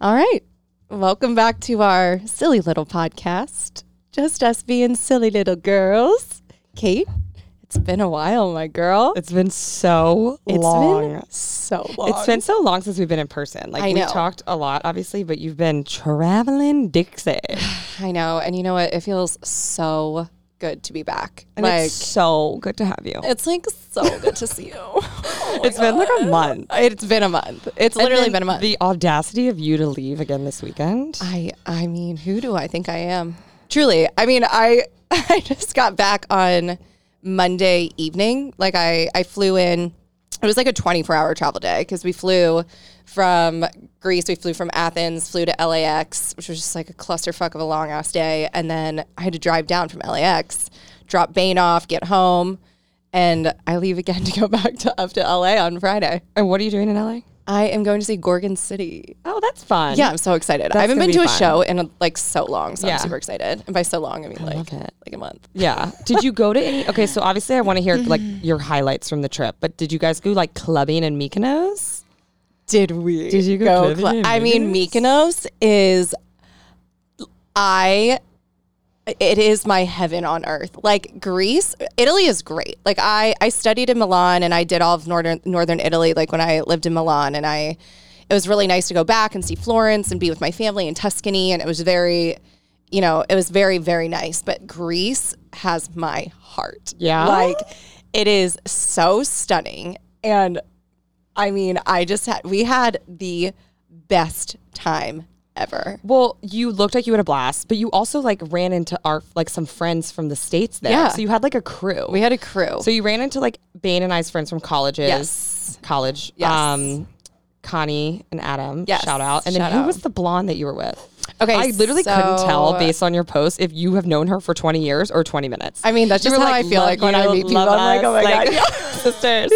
All right. Welcome back to our silly little podcast. Just us being silly little girls. Kate, it's been a while, my girl. It's been so It's long. been so long. it's been so long since we've been in person. Like I we know. talked a lot, obviously, but you've been traveling Dixie, I know. And you know what? It feels so good to be back. and like it's so good to have you. it's like so good to see you. Oh my it's been like a month. God. it's been a month. It's And literally then been a month. The audacity of you to leave again this weekend. I I mean, who do I think I am? Truly. I mean, I I just got back on Monday evening. Like I I flew in it was like a 24-hour travel day because we flew from Greece, we flew from Athens, flew to LAX, which was just like a clusterfuck of a long ass day, and then I had to drive down from LAX, drop Bane off, get home, and I leave again to go back to up to LA on Friday. And what are you doing in LA? I am going to see Gorgon City. Oh, that's fun. Yeah, I'm so excited. I haven't gonna been to be a fun. show in like so long, so Yeah. I'm super excited. And by so long, I mean like love it. like a month. Yeah. Did you go to any? Okay, so obviously I want to hear like your highlights from the trip, but did you guys go like clubbing in Mykonos? Did we? Did you go clubbing cla- in I mean, Mykonos is I. It is my heaven on earth. Like Greece, Italy is great. Like I, I studied in Milan and I did all of northern northern Italy. Like when I lived in Milan, and I, it was really nice to go back and see Florence and be with my family in Tuscany, and it was very, you know, it was very very nice. But Greece has my heart. Yeah? like it is so stunning and I mean, I just had we had the best time ever. Well, you looked like you had a blast, but you also like ran into our like some friends from the states there. Yeah. So you had like a crew. We had a crew. So you ran into like Bane and I's friends from colleges. Yes. College. Um, Yes. Connie and Adam. Yes. Shout out. And then Shout who out. was the blonde that you were with? Okay, I literally so- couldn't tell based on your post if you have known her for 20 years or 20 minutes. I mean, that's You just were how I feel "Love like when I you, meet people. love I'm like, oh us," my God, yeah. sisters.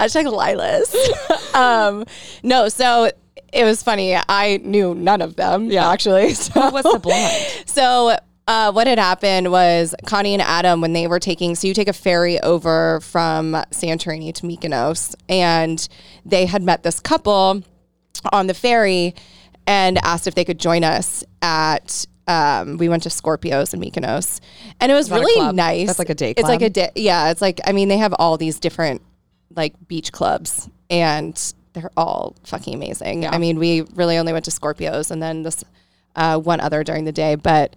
Hashtag Lilas. um, no, so it was funny. I knew none of them Yeah. actually. So was the blonde? So uh, what had happened was Connie and Adam when they were taking so you take a ferry over from Santorini to Mykonos and they had met this couple on the ferry and asked if they could join us at um, we went to Scorpios in Mykonos and it was that a really club? nice. That's like a day It's like a club? day. Yeah, it's like I mean they have all these different like beach clubs and they're all fucking amazing. I mean, we really only went to Scorpios and then this uh, one other during the day, but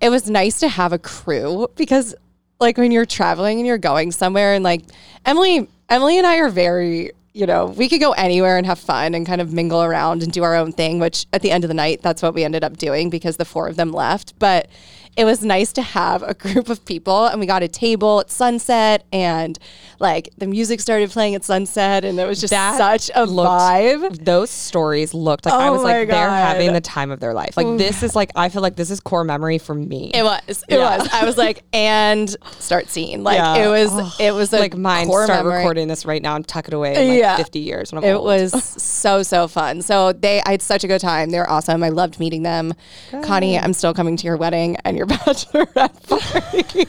it was nice to have a crew because like when you're traveling and you're going somewhere and like Emily Emily and I are very you know, we could go anywhere and have fun and kind of mingle around and do our own thing, which at the end of the night, that's what we ended up doing because the four of them left. But it was nice to have a group of people and we got a table at sunset and like the music started playing at sunset and it was just That such a looked- vibe. Those stories looked like I Oh was like my they're God. Mm. having the time of their life. Like this is like I feel like this is core memory for me. It was. It Yeah. was. I was like, and start scene. Like Yeah. it was. It was a like mine core start memory. recording this right now and tuck it away in like Yeah. 50 years when I'm It old. was so so fun. So they, I had such a good time. They were awesome. I loved meeting them. Connie, I'm still coming to your wedding and your bachelorette party.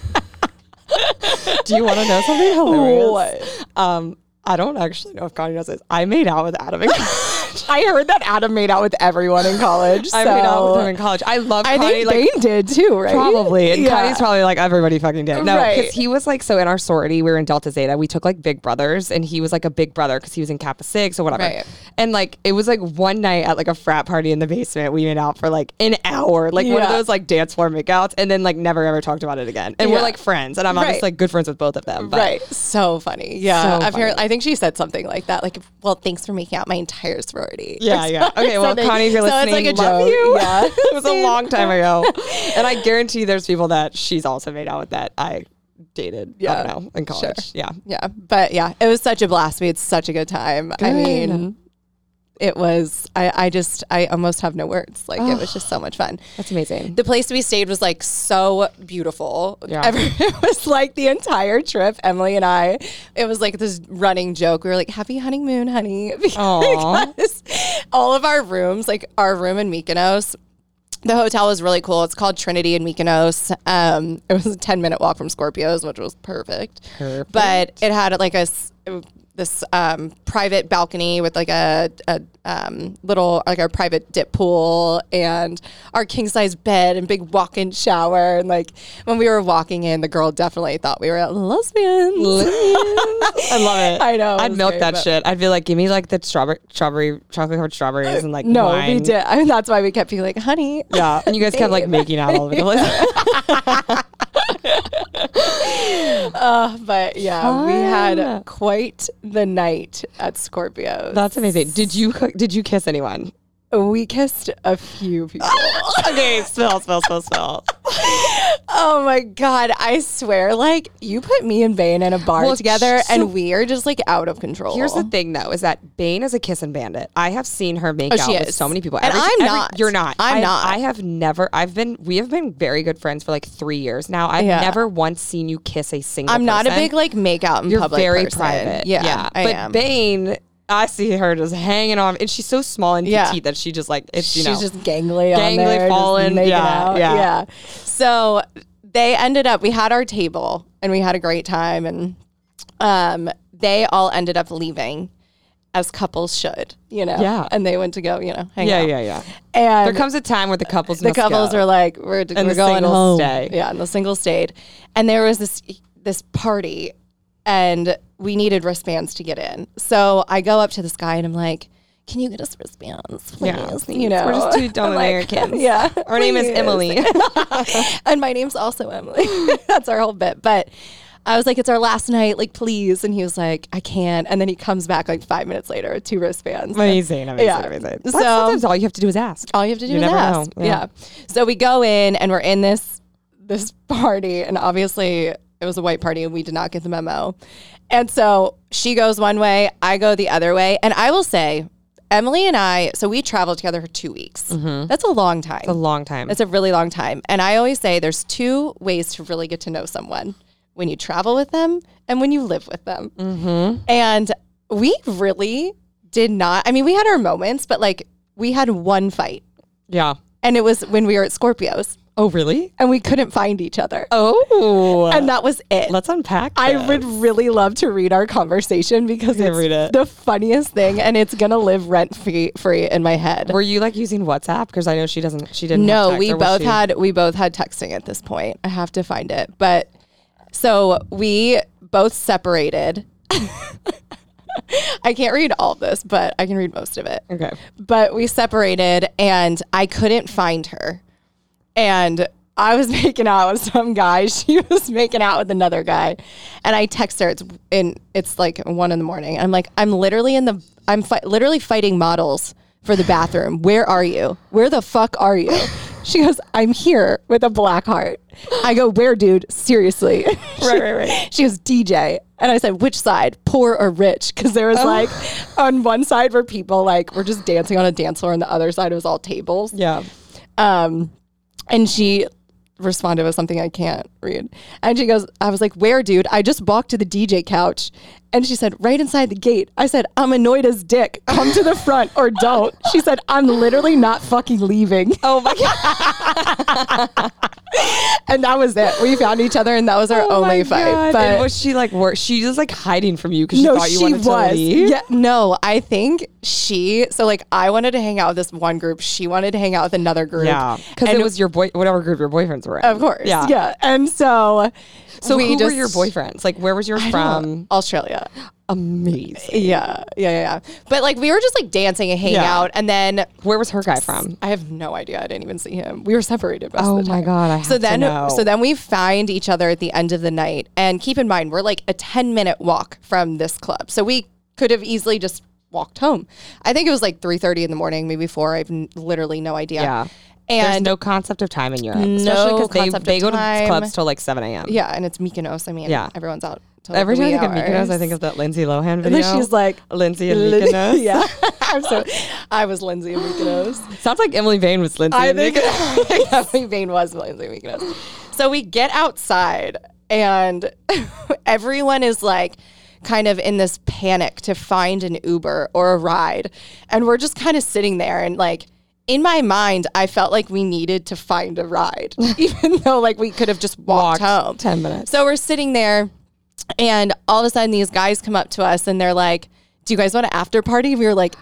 Do you want to know something hilarious? Um, I don't actually know if Connie knows this. I made out with Adam in college. I heard that Adam made out with everyone in college. I made out with so- her in college. I love I think Connie. like, Bane did too, right? Probably. And Yeah. Connie's probably like, everybody fucking did. No, because Right. he was like, so in our sorority, we were in Delta Zeta. We took like big brothers, and he was like a big brother because he was in Kappa Sig, so whatever. Right. And like, it was like one night at like a frat party in the basement, we went out for like an hour, like one of Yeah. those like dance floor makeouts, and then like never ever talked about it again. And we're Yeah. like friends, and I'm Right. obviously like good friends with both of them. But Right. So funny. Yeah. So Apparently, I think she said something like that. Like, well, thanks for making out my entire sorority. Yeah, yeah. Okay, well, something. Connie, if you're So it's listening, like a love joke. you. Yeah. it was a Same. long time ago, and I guarantee there's people that she's also made out with that I dated. I Yeah. don't know in college. Yeah, Yeah. But yeah, it was such a blast. We had such a good time. I Good. mean, it was, I, I just, I almost have no words. Like, it was just so much fun. that's amazing. The place we stayed was like so beautiful. Yeah. Every- it was like the entire trip, Emily and I, it was like this running joke. We were like, Happy honeymoon, honey. Aw. Because all of our rooms, like our room in Mykonos, the hotel was really cool. It's called Trinity in Mykonos. Um, it was a 10 minute walk from Scorpios, which was perfect. Perfect. But it had like a, s- this um, private balcony with like a, a um, little like a private dip pool and our king size bed and big walk in shower and like when we were walking in the girl definitely thought we were lesbians. I love it. I know, it I'd was milk great, that but- shit. I'd be like, give me like the strawberry, strawberry, chocolate covered strawberries and like no, wine. we did. I mean that's why we kept being like, honey, Yeah, and you guys kept like making out all over the place. Uh, but yeah, we Fun. had quite the night at Scorpio's. That's amazing. Did you cook- did you kiss anyone? we kissed a few people. okay, spill, spill, spill, spill. oh my god, I swear, like you put me and Vane in a bar Well, together, so- and we are just like out of control. Here's the thing, though, is that Bane is a kiss and bandit. I have seen her make Oh, out she with is. so many people, And I'm not. You're not. I'm I- not. I have never. I've been. We have been very good friends for like three years now. I've Yeah. never once seen you kiss a single. I'm not a person. big like makeout in You're public. very person. private. Yeah, I but am. Bane, I see her just hanging on, and she's so small and Yeah. petite that she just like it's, you She's know, just gangly, Gangly, on there, just fallen, making yeah, out. yeah. So they ended up. We had our table, and we had a great time, and um, they all ended up leaving, as couples should, you know. Yeah. And they went to go, you know, hang yeah, out. yeah, yeah. And There comes a time where the couples the couples are like, we're, we're the going singles home. stay. Yeah, and the single stayed. And there was this this party, and we needed wristbands to get in. So I go up to this guy and I'm like, "Can you get us wristbands, please?" Yeah, You know, we're just two dumb I'm like, Americans. yeah, our name is please. Emily. and my name's also Emily. That's our whole bit. But I was like, "It's our last night, like, please." And he was like, "I can't." And then he comes back like five minutes later, with two wristbands. amazing, amazing, Yeah. amazing. So- That's sometimes all you have to do is ask. All you have to do You is never ask. know. Yeah. Yeah. So we go in and we're in this this party, and obviously it was a white party, and we did not get the memo. And so she goes one way, I go the other way, and I will say, Emily and I. So we traveled together for two weeks. That's a long time. Mm-hmm. A long time. That's a really long time. And I always say there's two ways to really get to know someone when you travel with them and when you live with them. Mm-hmm. And we really did not, I mean, we had our moments, but like we had one fight. yeah. And it was when we were at Scorpios Oh, really? and we couldn't find each other. Oh, And that was it. let's unpack. I would really love to read our conversation because Yeah, it's read it. the funniest thing and it's going to live rent free, free in my head. Were you like using WhatsApp? Because I know she doesn't. She didn't. have No, text, we or was both she- had we both had texting at this point. I have to find it. But so we both separated. I can't read all of this, but I can read most of it. Okay. But we separated and I couldn't find her. And I was making out with some guy. She was making out with another guy. And I text her. It's in it's like one in the morning. I'm like, I'm literally in the I'm fi- literally fighting models for the bathroom. Where are you? Where the fuck are you? She goes, I'm here with a black heart. I go, where, dude? Seriously. Right, right, right. She goes, DJ. And I said, which side, poor or rich? Because there Oh. was like, on one side were people like, were just dancing on a dance floor, and the other side was all tables. Yeah. Um, and she responded with something I can't read. And she goes, I was like, where, dude? I just walked to the DJ couch. And she said, right inside the gate. I said, I'm annoyed as dick. Come to the front or don't. She said, I'm literally not fucking leaving. Oh my god. And that was it. We found each other, and that was our Oh my only fight. God. But and was she like? Wor- she was like hiding from you because she thought you wanted to leave. Yeah, no, I think she. So like, I wanted to hang out with this one group. She wanted to hang out with another group. Because it was your boy, whatever group your boyfriends were in. of course. Yeah. Yeah, And so, So we who just, were your boyfriends? Like, where was yours From from? Australia. Amazing. Yeah, yeah, yeah, yeah. But like, we were just like dancing and hanging Yeah. out, and then. Where was her guy from? I have no idea. I didn't even see him. We were separated. Most Oh of the my time. God, I have so to then, know. so then we find each other at the end of the night, and keep in mind we're like a ten minute walk from this club, so we could have easily just walked home. I think it was like three thirty in the morning, maybe four. I've n- literally no idea. Yeah. There's and no concept of time in Europe, especially No because they, concept of they go to time. clubs till like seven a.m. yeah, and it's Mykonos. I mean, Yeah. everyone's out. Till Every time I wee think of Mykonos, I hours. think of that Lindsay Lohan And video. then she's like. Lindsay and Lin- Mykonos. yeah, I'm so. I was Lindsay in Mykonos. Sounds like Emily Vane was Lindsay. I and think Mykonos. Emily Vane was Lindsay Mykonos. So we get outside, and everyone is like kind of in this panic to find an Uber or a ride. And we're just kind of sitting there and like, in my mind, I felt like we needed to find a ride, even though like we could have just walked, Walked home. 10 minutes. So we're sitting there And all of a sudden, these guys come up to us and they're like, Do you guys want an after party? We were like,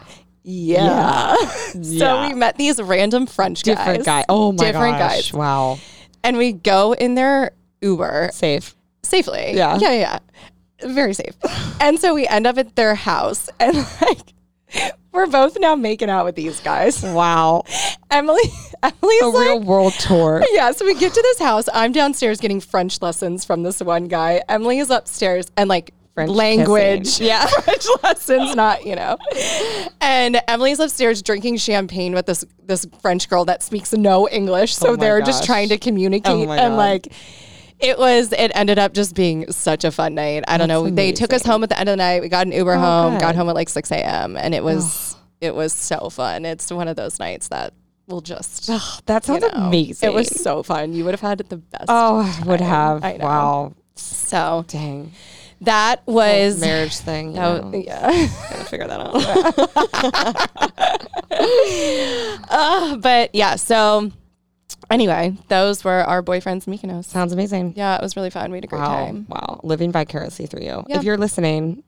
Yeah. so Yeah. we met these random French guys. Different guy. Oh my Different gosh. guys. Wow. And we go in their Uber Safe. safely. Yeah. Yeah. Yeah. yeah. Very safe. and so we end up at their house and like, we're both now making out with these guys. Wow. Emily, Emily's A like, real world tour. yeah, so we get to this house. I'm downstairs getting French lessons from this one guy. Emily is upstairs and like French language. kissing. Yeah. French lessons, not, you know. And Emily's upstairs drinking champagne with this this French girl that speaks no English. So Oh my they're just gosh. Oh trying to communicate my and God. like it was it ended up just being such a fun night. I don't know. They took us home at the end of the night. We got an Uber home, got Oh, good. home at like six AM and it was it was so fun. It's one of those nights that will just That sounds know. amazing. It was so fun. You would have had the best. Oh, I would have. I know. Wow. so Dang. that was Marriage thing. that you was- know. yeah. Gotta figure that out. Uh, but yeah, so anyway, those were our boyfriends in Mykonos. Sounds amazing. Yeah, it was really fun. We had a great Wow. time. Wow. Living vicariously through you. Yeah. If you're listening,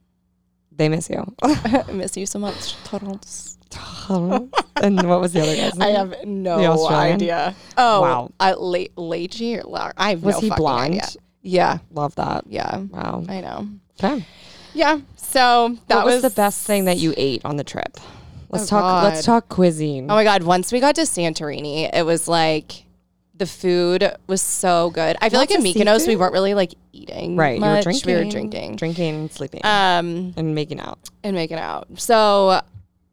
they miss you. I miss you so much, Torrance. and what was the other guy's name? I have The no Australian? idea. Oh, wow. Wow. I, late, late year. I have Was no he fucking blind? idea. Yeah, Love that. yeah. Wow. I know. Okay. Yeah. So that what was, the best thing that you ate on the trip? Let's Oh, talk. Let's talk cuisine. Oh my God. Once we got to Santorini, it was like the food was so good. I feel Lots like in of Mykonos, we seafood? weren't really like eating. right, Much. you were drinking, We were drinking. drinking, sleeping, Um, and making out. and making out. So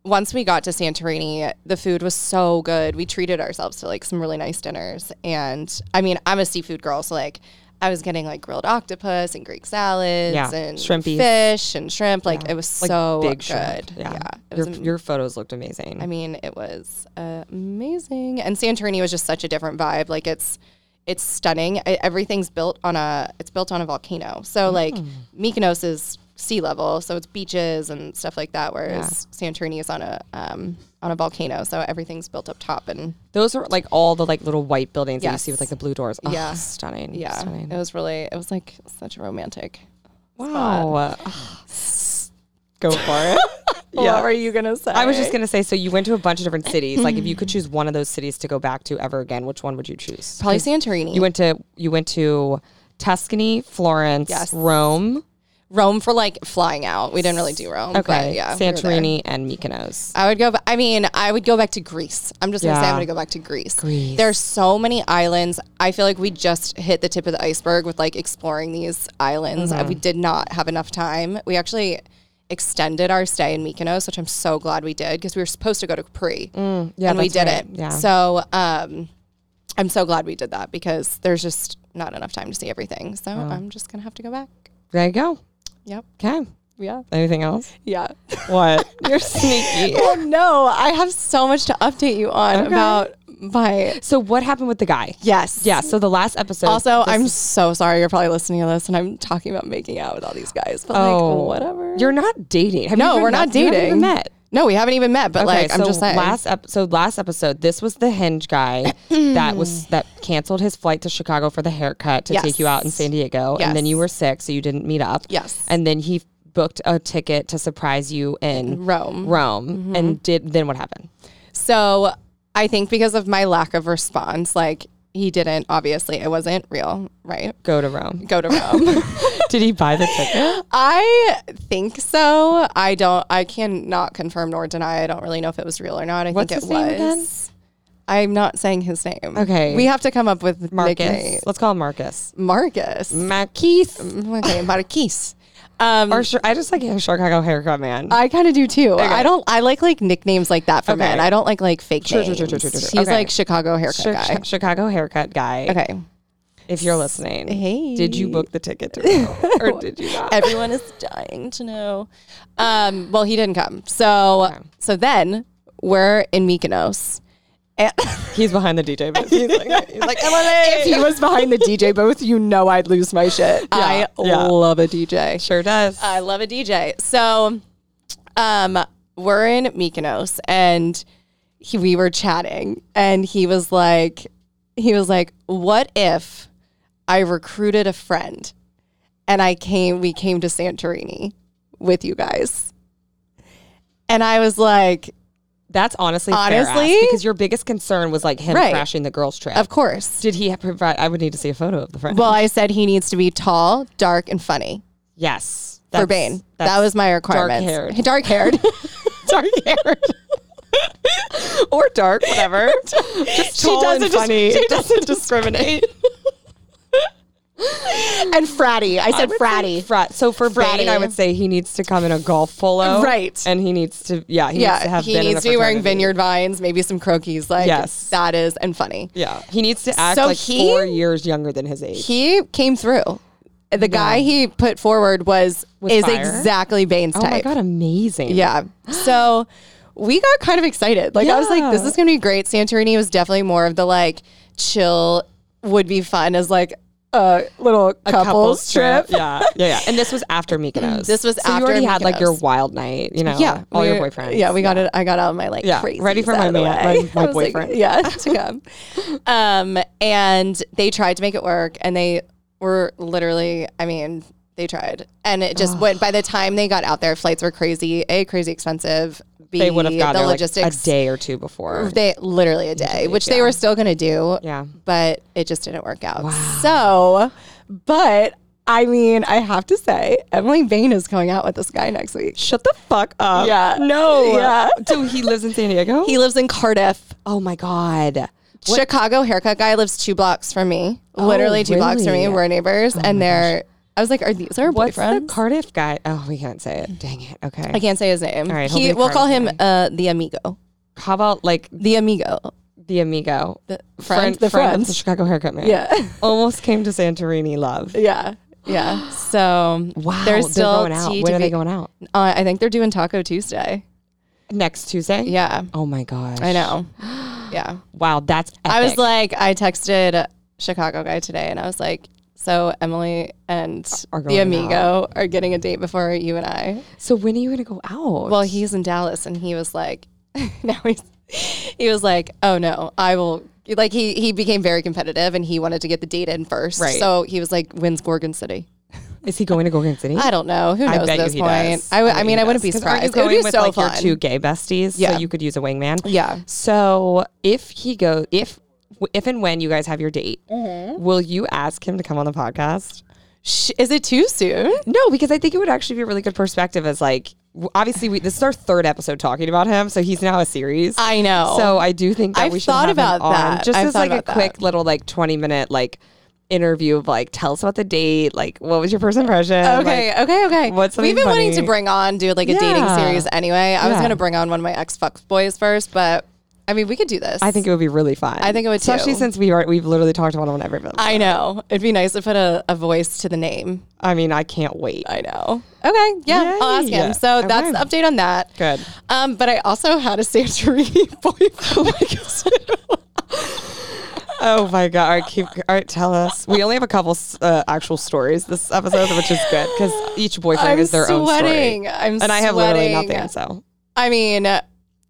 once we got to Santorini, the food was so good. We treated ourselves to like some really nice dinners. And I mean, I'm a seafood girl. So like, I was getting like grilled octopus and Greek salads Yeah, and shrimpies. fish and shrimp. Like it was Like so big good. shrimp. Yeah, It your, was your photos looked amazing. I mean, it was amazing. And Santorini was just such a different vibe. Like it's it's stunning. I, everything's built on a it's built on a volcano. So Hmm. like Mykonos is sea level, so it's beaches and stuff like that. Whereas Santorini is on a um, on a volcano, so everything's built up top. And Those are like all the like little white buildings that you see Yes. with like the blue doors. Ugh, Yeah. stunning. yeah, stunning. it was really it was like such a romantic. Wow. Go for it. What were you gonna say? I was just gonna say. So you went to a bunch of different cities. like, if you could choose one of those cities to go back to ever again, which one would you choose? probably Santorini. You went to you went to Tuscany, Florence, Yes. Rome, Rome for like flying out. We didn't really do Rome. but okay, yeah, we were there. Santorini, and Mykonos. I would go. ba- I mean, I would go back to Greece. I'm just gonna say Yeah. I'm gonna go back to Greece. Greece. There's so many islands. I feel like we just hit the tip of the iceberg with like exploring these islands. Mm-hmm. Uh, We did not have enough time. We actually extended our stay in Mykonos, which I'm so glad we did because we were supposed to go to Capri, Mm, yeah, and we that's did right. it. Yeah. So um, I'm so glad we did that because there's just not enough time to see everything. So I'm just gonna have to go back. There you go. Yep. Okay. Yeah. Anything else? Yeah. What? You're sneaky. well, no, I have so much to update you on about my So what happened with the guy? Yes. Yeah. So the last episode. Also, this I'm is- so sorry you're probably listening to this and I'm talking about making out with all these guys, but Oh, like whatever. You're not dating. Have you no, even we're met- not you haven't dating. even met. No, we haven't even met, but Okay, like I'm so just saying. Last ep- so last episode, this was the hinge guy that was that canceled his flight to Chicago for the haircut to take you out in Yes. San Diego, and then Yes. you were sick, so you didn't meet up. Yes. and then he booked a ticket to surprise you in Rome. Rome, Mm-hmm. and did then what happened? So I think because of my lack of response, like he didn't obviously it wasn't real, right? Go to Rome. Go to Rome. did he buy the ticket? I think so. I don't I cannot confirm nor deny. I don't really know if it was real or not. I What's think it his name again? was. I'm not saying his name. Okay. We have to come up with Marcus. nickname. Let's call him Marcus. Marcus. Mm, Marquise. Okay, Marquise. Um, Or Chi- I just like a Chicago haircut man. I kind of do too. I don't. I like like nicknames like that for men. I don't like like fake Sure, names. sure, sure, sure, sure, sure. He's Okay. like Chicago haircut Chi- guy. Chi- Chicago haircut guy. Okay, If you're listening, Hey. did you book the ticket to Rome, or did you not? everyone is dying to know. Um, well, he didn't come. So so then we're in Mykonos. And He's behind the DJ booth. He's like, he's like if he was behind the DJ booth, you know I'd lose my shit. I yeah. love a DJ. sure does. I love a DJ. So, um, we're in Mykonos, and he, we were chatting, and he was like, he was like, "What if I recruited a friend?" and I came we came to Santorini with you guys. And I was like, That's honestly fair ask, Honestly? because your biggest concern was like him Right. crashing the girls' trip. of course. Did he have provide? I would need to see a photo of the friend. Well, I said he needs to be tall, dark, and funny yes, for Bane. That was my requirement. dark-haired. Dark haired. dark haired or dark, whatever. just She tall doesn't and dis- funny. she It doesn't discriminate. and fratty. I said Fratty. Frat. So for Bane, Fratty. I would say he needs to come in a golf polo, Right. And he needs to, yeah, he needs to yeah, have he been in a needs to be wearing fraternity. vineyard vines, maybe some croquis. Like Yes. that is and funny. Yeah, he needs to act So like he- four years younger than his age. He came through. The guy he put forward was Was is fire? exactly Bane's Oh type. my god, amazing! Yeah. So we got kind of excited. Like I was like, this Yeah. is gonna be great. Santorini was definitely more of the like chill would be fun as like a little A couples, trip. Yeah, yeah, yeah. And this was after Mykonos. This was so you after already had like Mykonos. your wild night, you know. Yeah, Oh, all your we- boyfriends. Yeah, we got it. I got all my like Yeah, crazy. ready for my man- my- my boyfriend. yeah, to come. Um, and they tried to make it work, and they were literally. I mean, they tried, and it just went. By the time they got out there, flights were crazy. A crazy expensive. B They would have gotten the there, like, logistics. Mm. a day or two before. They literally a day, which they were still gonna do. Yeah. but it just didn't work out. So, but I mean, I have to say, Emily Bain is going out with this guy next week. shut the fuck up. Yeah. No. Yeah. So he lives in San Diego. He lives in Cardiff. oh my god. What- Chicago haircut guy lives two blocks from me. Literally two blocks from me. really? We're neighbors, and they're. I was like, "Are these our what's boyfriends?" the Cardiff guy? Oh, we can't say it. Dang it. Okay. I can't say his name. right, he'll he, be we'll call Cardiff him uh, the amigo. How about like The amigo. the amigo, The friend. the friend friend. of the Chicago haircut man? Yeah, Almost came to Santorini. Love. yeah, yeah. So Wow. they're still going out. TBD When are they going out? Uh, I think they're doing Taco Tuesday. Next Tuesday. Yeah, Oh my gosh. I know. Yeah. Wow. That's. Epic. I was like, I texted Chicago guy today, and I was like, so Emily and Are the going amigo are getting a date before you and I. So when are you gonna go out? Well, he's in Dallas, and he was like, now he's he was like, oh no, I will. Like he he became very competitive, and he wanted to get the date in first. Right. So he was like, when's Gorgon City? is he going to Gorgon City? I don't know. Who I knows bet at you this he point? does. I, w- I bet mean, he I wouldn't does. be 'Cause Are you surprised. It would going be with so like fun. your two gay besties? Yeah. So you could use a wingman. yeah. So if he goes, if if and when you guys have your date, Mm-hmm. will you ask him to come on the podcast? Sh- is it too soon? No, because I think it would actually be a really good perspective. As like, w- obviously, we this is our third episode talking about him, so he's now a series. I know. So I do think that I've we should thought have about him on, that. just I've as thought like a about that. quick little like twenty minute like interview of like tell us about the date, like what was your first impression? Okay, Like, okay, okay. what's We've something been wanting to funny? bring on do like a dating Yeah. series anyway. I was Yeah. gonna bring on one of my ex fuck boys first, but I mean we could do this. I think it would be really fun. I think it would especially too. since we are we've literally talked about him on every film. I, I know. It'd be nice to put a, a voice to the name. mean, I can't wait. I know. Okay. Yeah. I'll ask Yay. him. So that's Okay. the update on that. Good. Um, but I also had a Santorini boyfriend. Oh my god! All right, keep. All right, tell us. We only have a couple uh, actual stories this episode, which is good because each boyfriend I'm is their own sweating. story, I'm and I have literally sweating. nothing. So, I mean,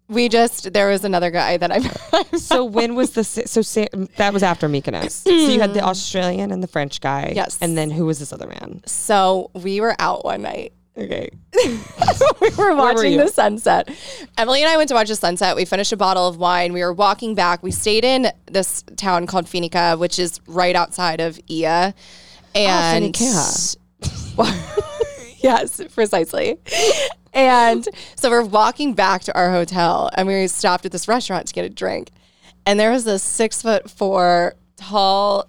we just there was another guy that I met. so when was the si- so Sa- that was after Mykonos? so you had the Australian and the French guy, Mm. Yes. and then who was this other man? so we were out one night Okay, we were watching you? the sunset. Emily and I went to watch the sunset. We finished a bottle of wine. We were walking back. We stayed in this town called Finica, which is right outside of Ia. And Finica. yes, precisely. And so we're walking back to our hotel and we stopped at this restaurant to get a drink. And there was this six foot four tall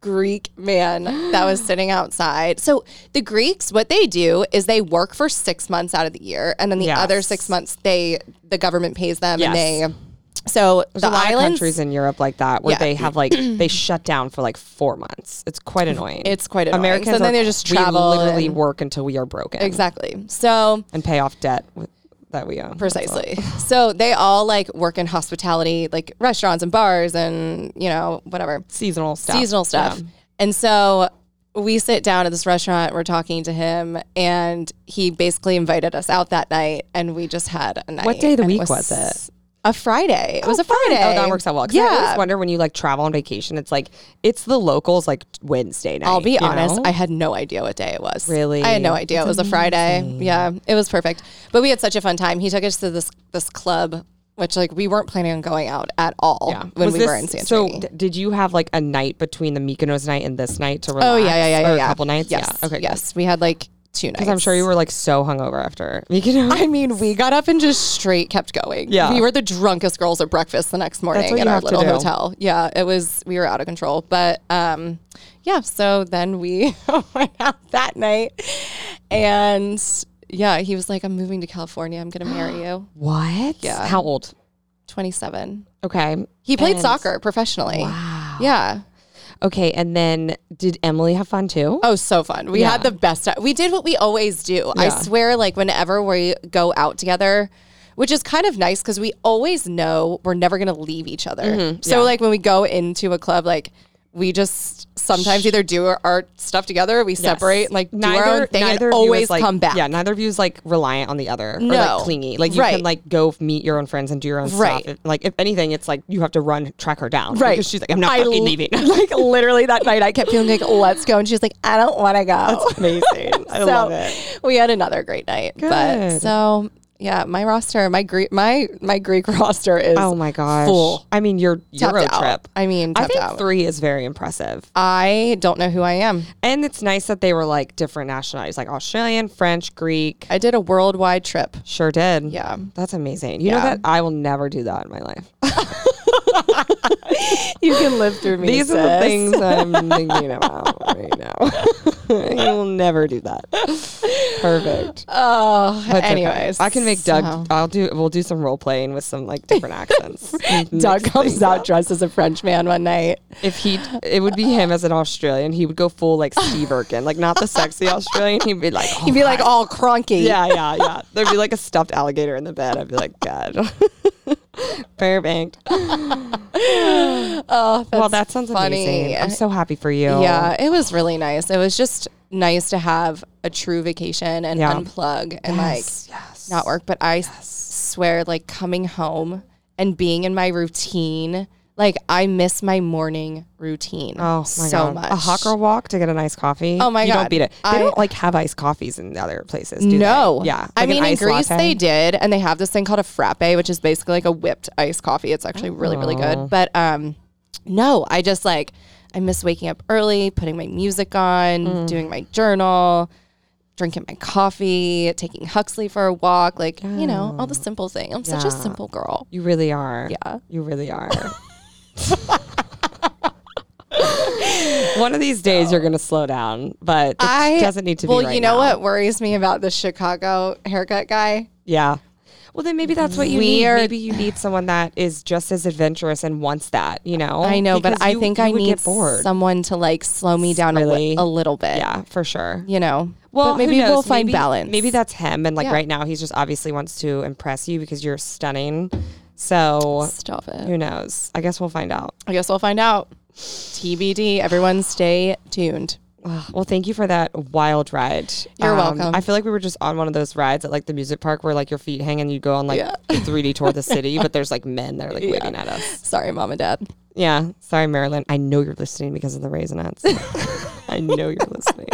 Greek man that was sitting outside. So the Greeks, what they do is they work for six months out of the year, and then the Yes. other six months they the government pays them, Yes. and they. So there's the a lot of islands, countries in Europe like that where Yeah. they have like they shut down for like four months. It's quite annoying. it's quite annoying. Americans, so then are- they just we travel. literally and- work until we are broken, exactly. So and pay off debt with, that we owe. precisely. So they all like work in hospitality, like restaurants and bars, and you know whatever. seasonal stuff. seasonal stuff. And so we sit down at this restaurant, we're talking to him, and he basically invited us out that night, and we just had a night. What day of the and week was it? a Friday. It was a Friday. Oh, that works out well. 'Cause I Yeah. always wonder when you like travel on vacation, it's like it's the locals like Wednesday night. I'll be you honest. know? I had no idea what day it was. Really? I had no idea. it was a Friday. Yeah, it was perfect. But we had such a fun time. He took us to this this club, which like we weren't planning on going out at all Yeah. when Was we this- were in San So d- did you have like a night between the Mykonos night and this night to relax? Oh yeah, yeah, yeah, yeah. or a yeah. couple nights. Yes. Yeah. Okay. Yes. Yes, we had like two nights. Because I'm sure you were like so hungover after Mykonos. I mean, we got up and just straight kept going. Yeah. We were the drunkest girls at breakfast the next morning what in you our have to little do. hotel. Yeah, it was, we were out of control. But um, yeah, so then we went out that night. And yeah, he was like, I'm moving to California. I'm going to marry you. what? Yeah. How old? 27. Okay. He played And- soccer professionally. Wow. Yeah. Okay. And then did Emily have fun too? Oh, so fun. We Yeah. had the best time. We did what we always do. I Yeah. swear, like, whenever we go out together, which is kind of nice because we always know we're never going to leave each other. So, Mm-hmm. Yeah. like, when we go into a club, like, we just sometimes either do our, our stuff together, we Oh, separate, like, do our own thing, neither and of you is, always like- come back. Yeah, neither of you is like reliant on the other or No. like clingy. Like you Right. can like go meet your own friends and do your own Right. stuff. If- Like if anything, it's like you have to run track her down. Right. Because she's like, I'm not I fucking l- leaving. like, literally that night, I kept feeling like, let's go. And she was like, I don't want to go. Amazing. I so love it. we had another great night. But Good. so yeah, my roster, my Greek, my my Greek roster is Oh my gosh. full. I mean your tapped Euro out. trip. I mean, I tapped think out. three is very impressive. I don't know who I am. And it's nice that they were like different nationalities, like Australian, French, Greek. I did a worldwide trip. Sure did. Yeah. That's amazing. You know Yeah. that I will never do that in my life. You can live through me. These are the things I'm thinking about right now. I will never do that. Perfect. Oh, That's okay. anyways, I can make Doug. I'll do. We'll do some role playing with some like different accents. and mix Doug comes things out up. dressed as a French man one night. If he, it would be him as an Australian. He would go full like Steve Irkin, like not the sexy Australian. He'd be like, He'd be like all crunky. yeah, yeah, yeah. There'd be like a stuffed alligator in the bed. I'd be like, God. Perfect. Oh, that's Well, that sounds funny. amazing. I'm so happy for you. Yeah, it was really nice. It was just nice to have a true vacation and Yeah. unplug and Yes, like yes. not work. But I swear, like coming home and being in my routine, like I miss my morning routine. Oh my so god! much. A hot girl walk to get an iced coffee. Oh, my you God. Don't beat it. They I- don't like have iced coffees in other places. Do No. They? Yeah. I Like an mean, in iced Greece latte. they did, and they have this thing called a frappe, which is basically like a whipped iced coffee. It's actually really, really Oh. good. But um, no, I just like I miss waking up early, putting my music on, Mm. doing my journal, drinking my coffee, taking Huxley for a walk, like you know, all the simple thing. I'm such a Yeah. simple girl. You really are. Yeah. You really are. One of these days you're gonna slow down, but it I doesn't need to Well, be. Right you know now. what worries me about the Chicago haircut guy. Yeah. Well, then maybe that's what you We need. are- maybe you need someone that is just as adventurous and wants that. You know. I know, but Because I you- think you I would need get bored. someone to like slow me down a, li- Really? a little bit. yeah, for sure. you know. Well, But who maybe we'll knows? find Maybe- balance. Maybe that's him, and like Yeah. right now, he's just obviously wants to impress you because you're stunning. So stop it. who knows? I guess we'll find out. I guess we'll find out. TBD. Everyone, stay tuned. Ugh, Well, thank you for that wild ride. Um, You're welcome. I feel like we were just on one of those rides at like the music park where like your feet hang and you go on like Yeah. the 3D tour of the city, but there's like men that are like waving at us. Sorry, mom and dad. Yeah. Sorry, Marilyn. I know you're listening because of the Raisinets. I know you're listening.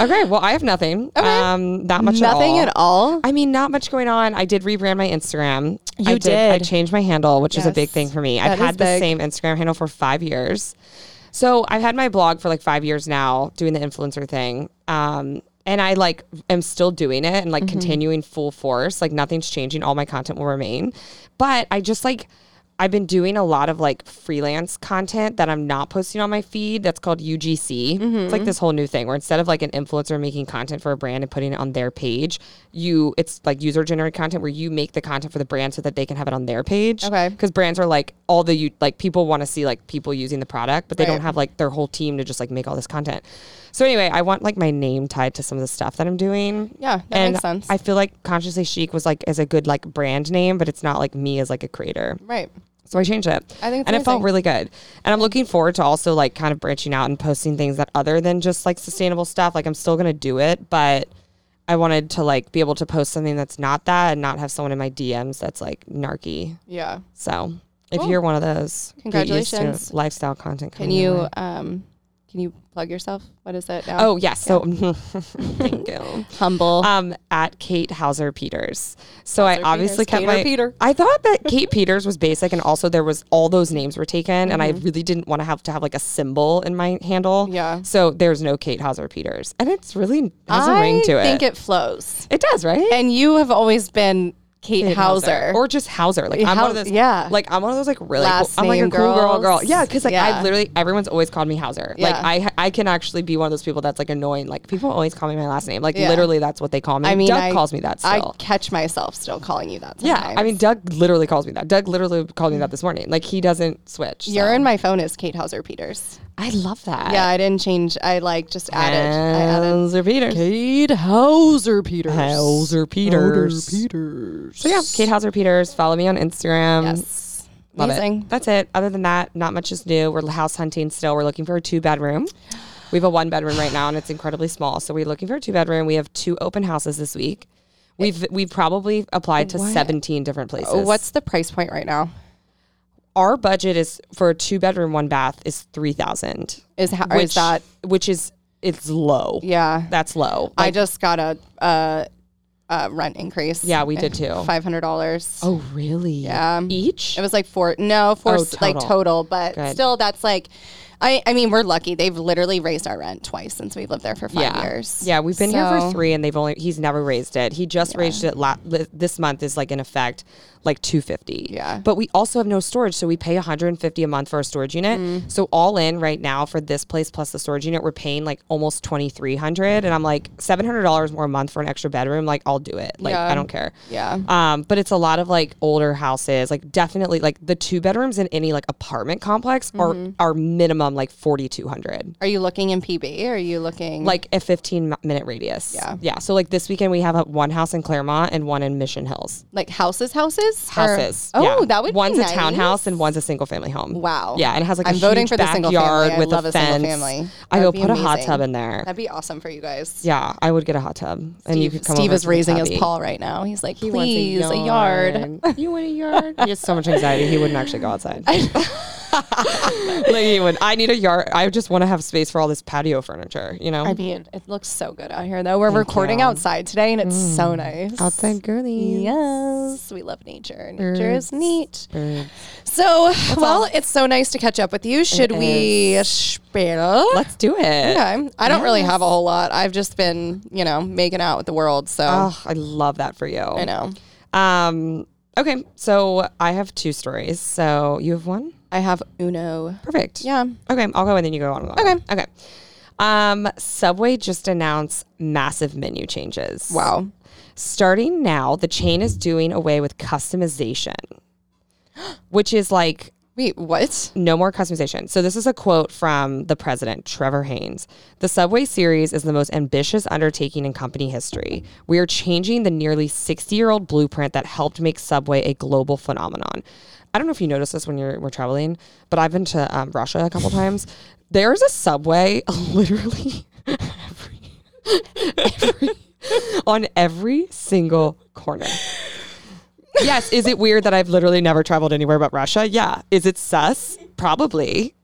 okay. Well, I have nothing. Um, not much Nothing at all. at all. I mean, not much going on. I did rebrand my Instagram. You I I did. changed my handle, which is a Yes. big thing for me. That I've is had the big. same Instagram handle for five years. So I've had my blog for like five years now, doing the influencer thing. Um, and I like am still doing it and like continuing full force. Like nothing's changing. All my content will remain. But I just like I've been doing a lot of like freelance content that I'm not posting on my feed. That's called UGC. It's like this whole new thing where instead of like an influencer making content for a brand and putting it on their page, you it's like user generated content where you make the content for the brand so that they can have it on their page. Okay. Because brands are like all the you like people want to see like people using the product, but they Right. don't have like their whole team to just like make all this content. So anyway, I want like my name tied to some of the stuff that I'm doing. Yeah, that and makes sense. I feel like consciously chic was like as a good like brand name, but it's not like me as like a creator. Right. So I changed it. I think it's and it felt amazing. really good. And I'm looking forward to also like kind of branching out and posting things that other than just like sustainable stuff. Like I'm still gonna do it, but I wanted to like be able to post something that's not that and not have someone in my DMs that's like narky. Yeah. So if Cool. you're one of those, get used to Congratulations. lifestyle content. Can coming your you way. um can you plug yourself? What is it now? Oh yes. So thank you. humble. Um, at Kate Hauser Peters. So I Hauser obviously Peters. kept Peter my. Peter. I thought that Kate Peters was basic, and also there was all those names were taken, and I really didn't want to have to have like a symbol in my handle. Mm-hmm. Yeah. So there's no Kate Hauser Peters, and it's really has a ring to I think it. it flows. It does, right? And you have always been Kate, Kate Hauser. or just Hauser. Like I'm one of Haus- those. yeah. like I'm one of those like really. Cool, Last I'm like a name cool girl, girl. girls. Yeah, because like Yeah. I literally everyone's always called me Hauser. Like Yeah. I I can actually be one of those people that's like annoying. Like people always call me my last name. Like Yeah. literally that's what they call me. I mean, Doug I- calls me that I still. catch myself still calling you that. yeah, Sometimes. I mean Doug literally calls me that. Doug literally called me that this morning. Like he doesn't switch. so. Mm. you're in my phone is Kate Hauser Peters. I love that. Yeah, I didn't change. I like just added. I added. Hauser Peters. Kate Hauser Peters. Hauser Peters. Peters. So yeah, Kate Hauser Peters. Follow me on Instagram. Yes. Love Amazing. it. That's it. Other than that, not much is new. We're house hunting still. We're looking for a two bedroom. We have a one bedroom right now, and it's incredibly small. So we're looking for a two bedroom. We have two open houses this week. We've we probably applied to seventeen different places. Oh, What's the price point right now? our budget is for a two bedroom, one bath is three thousand. Is how is that? which is it's low. Yeah. that's low. I just got a uh, uh, rent increase. yeah, we did too. Five hundred dollars. Oh really? Yeah. Each. It was like four, no, four, Oh, s- like total. total, but Good. still, that's like, I, I mean, we're lucky. They've literally raised our rent twice since we've lived there for five yeah. years. Yeah, we've been here So- for three, and they've only he's never raised it. He just raised it la- li- this month is like in effect like two fifty. Yeah. but we also have no storage, so we pay one hundred and fifty a month for our storage unit. Mm. So all in right now for this place plus the storage unit, we're paying like almost twenty three hundred, and I'm like seven hundred dollars more a month for an extra bedroom. Like I'll do it. Like Yeah. I don't care. Yeah. Um, but it's a lot of like older houses, like definitely like the two bedrooms in any like apartment complex Mm-hmm. are are minimum like forty two hundred Are you looking in PB? Or are you looking like a 15 mi- minute radius. Yeah. Yeah. So like this weekend we have a, one house in Claremont and one in Mission Hills. like houses, houses, Or- Houses. oh, Yeah. that would one's be a nice. townhouse and one's a single family home. Wow. Yeah, and it has like I'm a voting huge for the single backyard family. I with love a a single fence. family. I That go would be put a hot amazing. tub in there. That'd be awesome for you guys. yeah, I would get a hot tub, and you could come. Steve over is to the raising his cubby. paw right now. He's like, He wants please, a yard. you want a yard? He has so much anxiety. He wouldn't actually go outside. like he would. I need a yard. I just want to have space for all this patio furniture. You know. I mean, it looks so good out here, though. We're recording you. outside today, and it's so nice. Outside girlies. Yes, we love nature. Nature is Birds. neat. Birds. So, well, it's so nice to catch up with you. Should we spiel? Let's do it. Okay. I don't really have a whole lot. I've just been, you know, making out with the world. So Oh, I love that for you. I know Um, okay, so I have two stories. So you have one? I have Uno. Perfect. Yeah. Okay, I'll go and then you go on. With okay. Okay. Um, Subway just announced massive menu changes. Wow. Starting now, the chain is doing away with customization, which is like Wait, what? no more customization. So this is a quote from the president, Trevor Haynes. The Subway series is the most ambitious undertaking in company history. We are changing the nearly 60-year-old blueprint that helped make Subway a global phenomenon. I don't know if you noticed this when you're we're traveling, but I've been to um, Russia a couple times. There's a Subway literally every, every, on every single corner yes. Is it weird that I've literally never traveled anywhere but Russia? Yeah. Is it sus? Probably.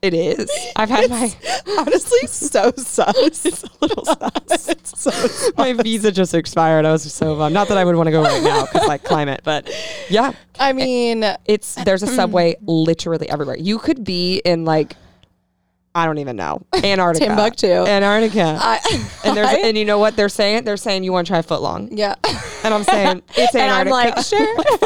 It is. I've had my Honestly, so sus. it's a little sus. my visa just expired. I was so bummed. Not that I would want to go right now because like climate, but yeah, I mean, it's there's a subway literally everywhere. You could be in like I don't even know Antarctica, Timbuktu. Antarctica, I, and there's and you know what they're saying? They're saying you want to try foot long. yeah. And I'm saying it's And I'm Antarctica. like, sure.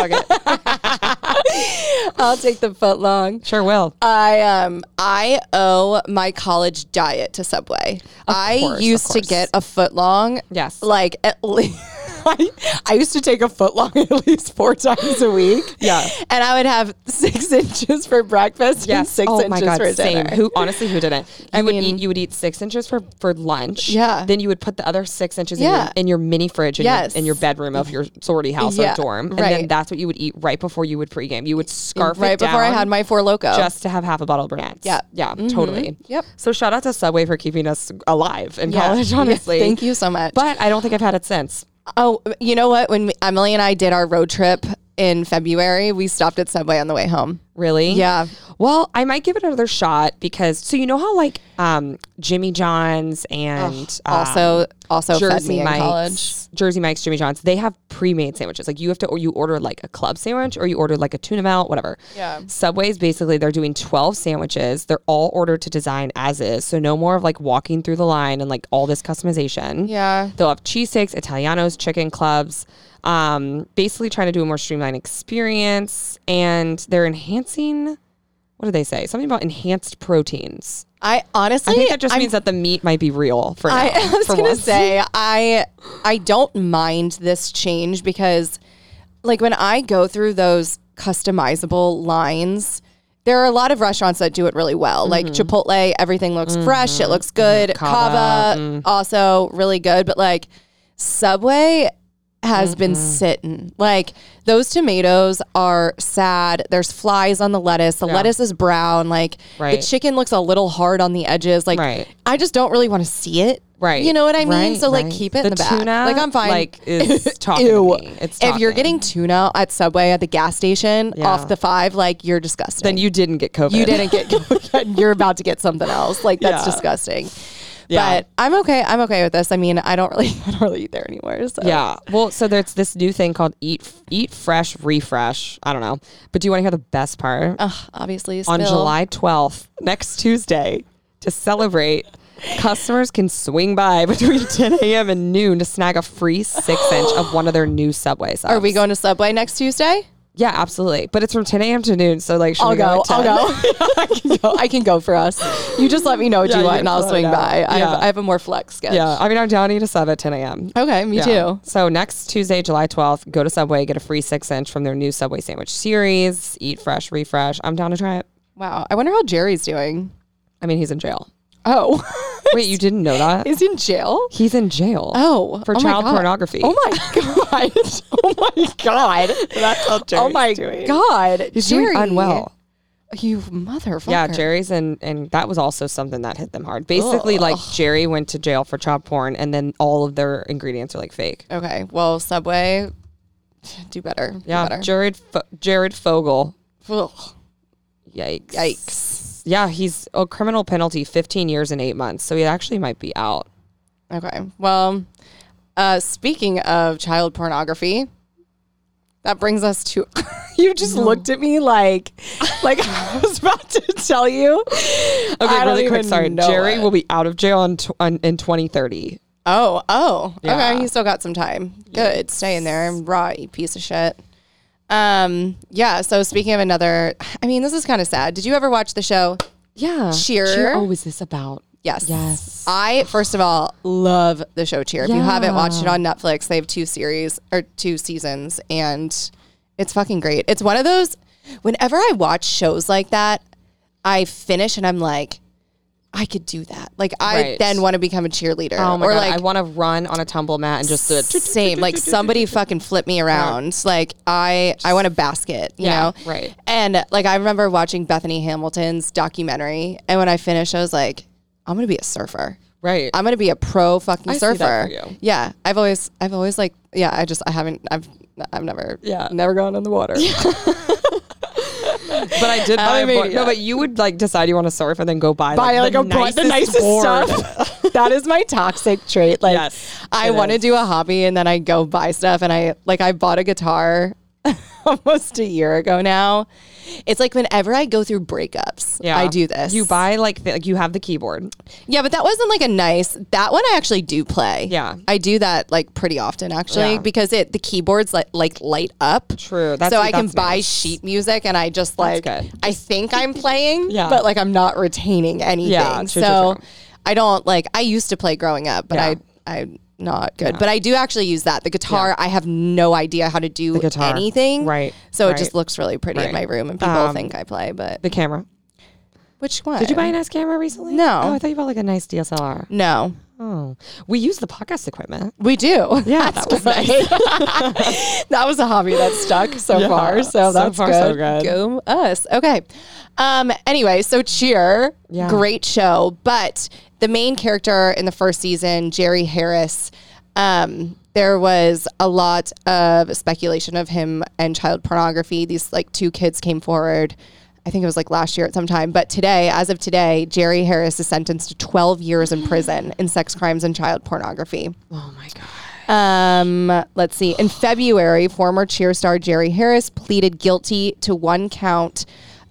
Fuck it. I'll take the foot long. Sure will. I um I owe my college diet to Subway. I course, of used to course. get a foot long. Yes. Like at least I, I used to take a foot long at least four times a week. Yeah. And I would have six inches for breakfast and Yes. six oh inches my God. for same. dinner. Who honestly? Who didn't? You I would mean- eat. You would eat six inches for for lunch. Yeah. Then you would put the other six inches Yeah. in, your, in your mini fridge. In Yes. Your, in your bedroom of your sorority house Yeah, or dorm, and right. then that's what you would eat right before you would pregame. You would scarf right it down before I had my four loco. just to have half a bottle of Burnett's. Yeah. Mm-hmm. Yeah. Totally. Yep. So shout out to Subway for keeping us alive in Yeah. college. Yeah. Honestly. Thank you so much. But I don't think I've had it since. Oh, you know what? When Emily and I did our road trip in February, we stopped at Subway on the way home. Really? Yeah. Well, I might give it another shot because so you know how like um Jimmy John's and um, Also, also fed Oh, me Jersey in college. Mike's, Jersey Mike's, Jimmy John's, they have pre-made sandwiches. Like you have to, or you order like a club sandwich, or you order like a tuna melt, whatever. Yeah. Subway's basically they're doing twelve sandwiches. They're all ordered to design as is, so no more of like walking through the line and like all this customization. Yeah. They'll have cheesesteaks, Italianos, chicken clubs. Um, basically trying to do a more streamlined experience, and they're enhancing. What do they say? Something about enhanced proteins. I honestly, I think that just I'm- means that the meat might be real for now. I, I was for gonna once. say I I don't mind this change because like when I go through those customizable lines, there are a lot of restaurants that do it really well. Like Mm-hmm. Chipotle, everything looks fresh, it looks good. Cava, mm. also really good, but like Subway has been Mm-hmm. sitting. Like those tomatoes are sad. There's flies on the lettuce. The lettuce is brown. Like Right. the chicken looks a little hard on the edges. Like Right. I just don't really want to see it. Right. You know what I mean? Right, so like right. keep it in the back. tuna, Like I'm fine. Like is talking Ew. to me. It's if you're talking. getting tuna at Subway at the gas station Yeah. off the five, like you're disgusting. then you didn't get COVID. you didn't get COVID. You're about to get something else. Like that's Yeah. disgusting. Yeah. But I'm okay. I'm okay with this. I mean, I don't really I don't really eat there anymore. So Yeah. Well, so there's this new thing called eat eat fresh refresh. I don't know. But do you want to hear the best part? Ugh, obviously On Uh, spill. July 12th, next Tuesday, to celebrate, customers can swing by between 10 a.m. and noon to snag a free six inch of one of their new Subway subs. Are we going to Subway next Tuesday? Yeah, absolutely. But it's from 10 a.m. to noon, so like, should I'll we go? go. at I'll 10? go. I can go. I can go for us. You just let me know what Yeah, you you want, and I'll let swing me know. by. I, Yeah. have, I have a more flex schedule. Yeah, I mean, I'm down to eat a sub at 10 a.m. Okay, me Yeah. too. So next Tuesday, July 12th, go to Subway, get a free six inch from their new Subway sandwich series. Eat fresh, refresh. I'm down to try it. Wow. I wonder how Jerry's doing. I mean, he's in jail. Oh, Wait, you didn't know that? he's in jail. He's in jail. Oh, For oh my child God. pornography. Oh my god. oh my god. That's how oh my god. He's doing unwell. You motherfucker. Yeah, Jerry's and and that was also something that hit them hard. Basically, like Jerry went to jail for child porn, and then all of their ingredients are like fake. Okay. Well, Subway, do better. Do Yeah, better. Jared Fo- Jared Fogle. Ugh. Yikes. Yikes. Yeah, he's a criminal penalty, 15 years and eight months. So he actually might be out. Okay. Well, uh, speaking of child pornography, that brings us to. you just looked at me like, like I was about to tell you. Okay, Okay, really quick. Sorry, Jerry will be out of jail in, tw- on, in 2030. Oh, oh, Yeah. okay. You still got some time. Good, stay in there, raw you piece of shit. Um, yeah. So speaking of another, I mean, this is kind of sad. Did you ever watch the show? Yeah, Cheer. Oh, is this about? Yes. Yes. I first of all love the show Cheer. If you haven't watched it Yeah. on Netflix, they have two series or two seasons, and it's fucking great. It's one of those. Whenever I watch shows like that, I finish and I'm like, I could do that. Like I Right. then want to become a cheerleader. Oh my or god! like I want to run on a tumble mat and just do it. same like somebody fucking flip me around like i i want a basket you Yeah, know right. and like i remember watching bethany hamilton's documentary and when i finished i was like i'm gonna be a surfer Right. i'm gonna be a pro fucking I see that surfer for you. yeah i've always i've always like yeah i just i haven't i've i've never Yeah. never gone in the water but I did buy I a mean, board. No, yeah. but you would like decide you want to surf and then go buy buy like, the a board, the nicest nicest board. stuff. that is my toxic trait. Like Yes, I it want to is. do a hobby and then I go buy stuff and I like I bought a guitar almost a year ago now. It's like whenever I go through breakups, I do this. You buy like the, like you have the keyboard. Yeah, but that wasn't like a nice. That one I actually do play. Yeah. I do that like pretty often actually Yeah. because it the keyboards like like light up. True. That's- so I can that's buy nice. sheet music and I just like good. I think I'm playing, Yeah. but like I'm not retaining anything. Yeah, true, true, so true. I don't like I used to play growing up, but Yeah. I I not good. But I do actually use that. The guitar, I have no idea how to do guitar. anything. Right, So right. it just looks really pretty in my Right. room and people Um, think I play, but The camera. which one? Did you buy a nice camera recently? No. Oh, I thought you bought like a nice DSLR. No. Oh, we use the podcast equipment. We do. Yeah, that was nice. that was a hobby that stuck so Yeah, far. So so that's far, good. so good. Go us. Okay. Um. Anyway, so cheer. Yeah. Great show. But the main character in the first season, Jerry Harris. Um. There was a lot of speculation of him and child pornography. These like two kids came forward. I think it was like last year at some time, but today, as of today, Jerry Harris is sentenced to 12 years in prison in sex crimes and child pornography. Oh my god. Um, let's see. In February, former cheer star Jerry Harris pleaded guilty to one count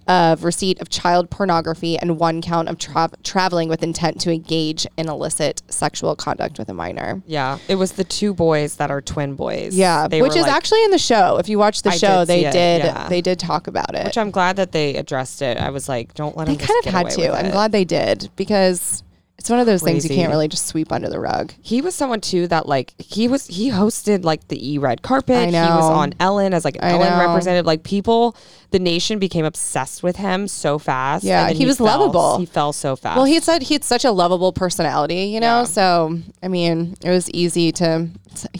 of receipt of child pornography and one count of tra- traveling with intent to engage in illicit sexual conduct with a minor. Yeah, it was the two boys that are twin boys. Yeah, They which were, is like- actually in the show. If you watch the I show, did they see it, did yeah. they did talk about it. which I'm glad that they addressed it. I was like, don't let they them. kind of had to. I'm glad they did because it's one of those things you Crazy. can't really just sweep under the rug. He was someone too that like he was he hosted like the E Red carpet. I He was know. on Ellen as like an I Ellen know. representative. Like people, the nation became obsessed with him so fast. Yeah, and then he was fell- lovable. He fell so fast. Well, he said he had such a lovable personality, you know. Yeah. So I mean, it was easy to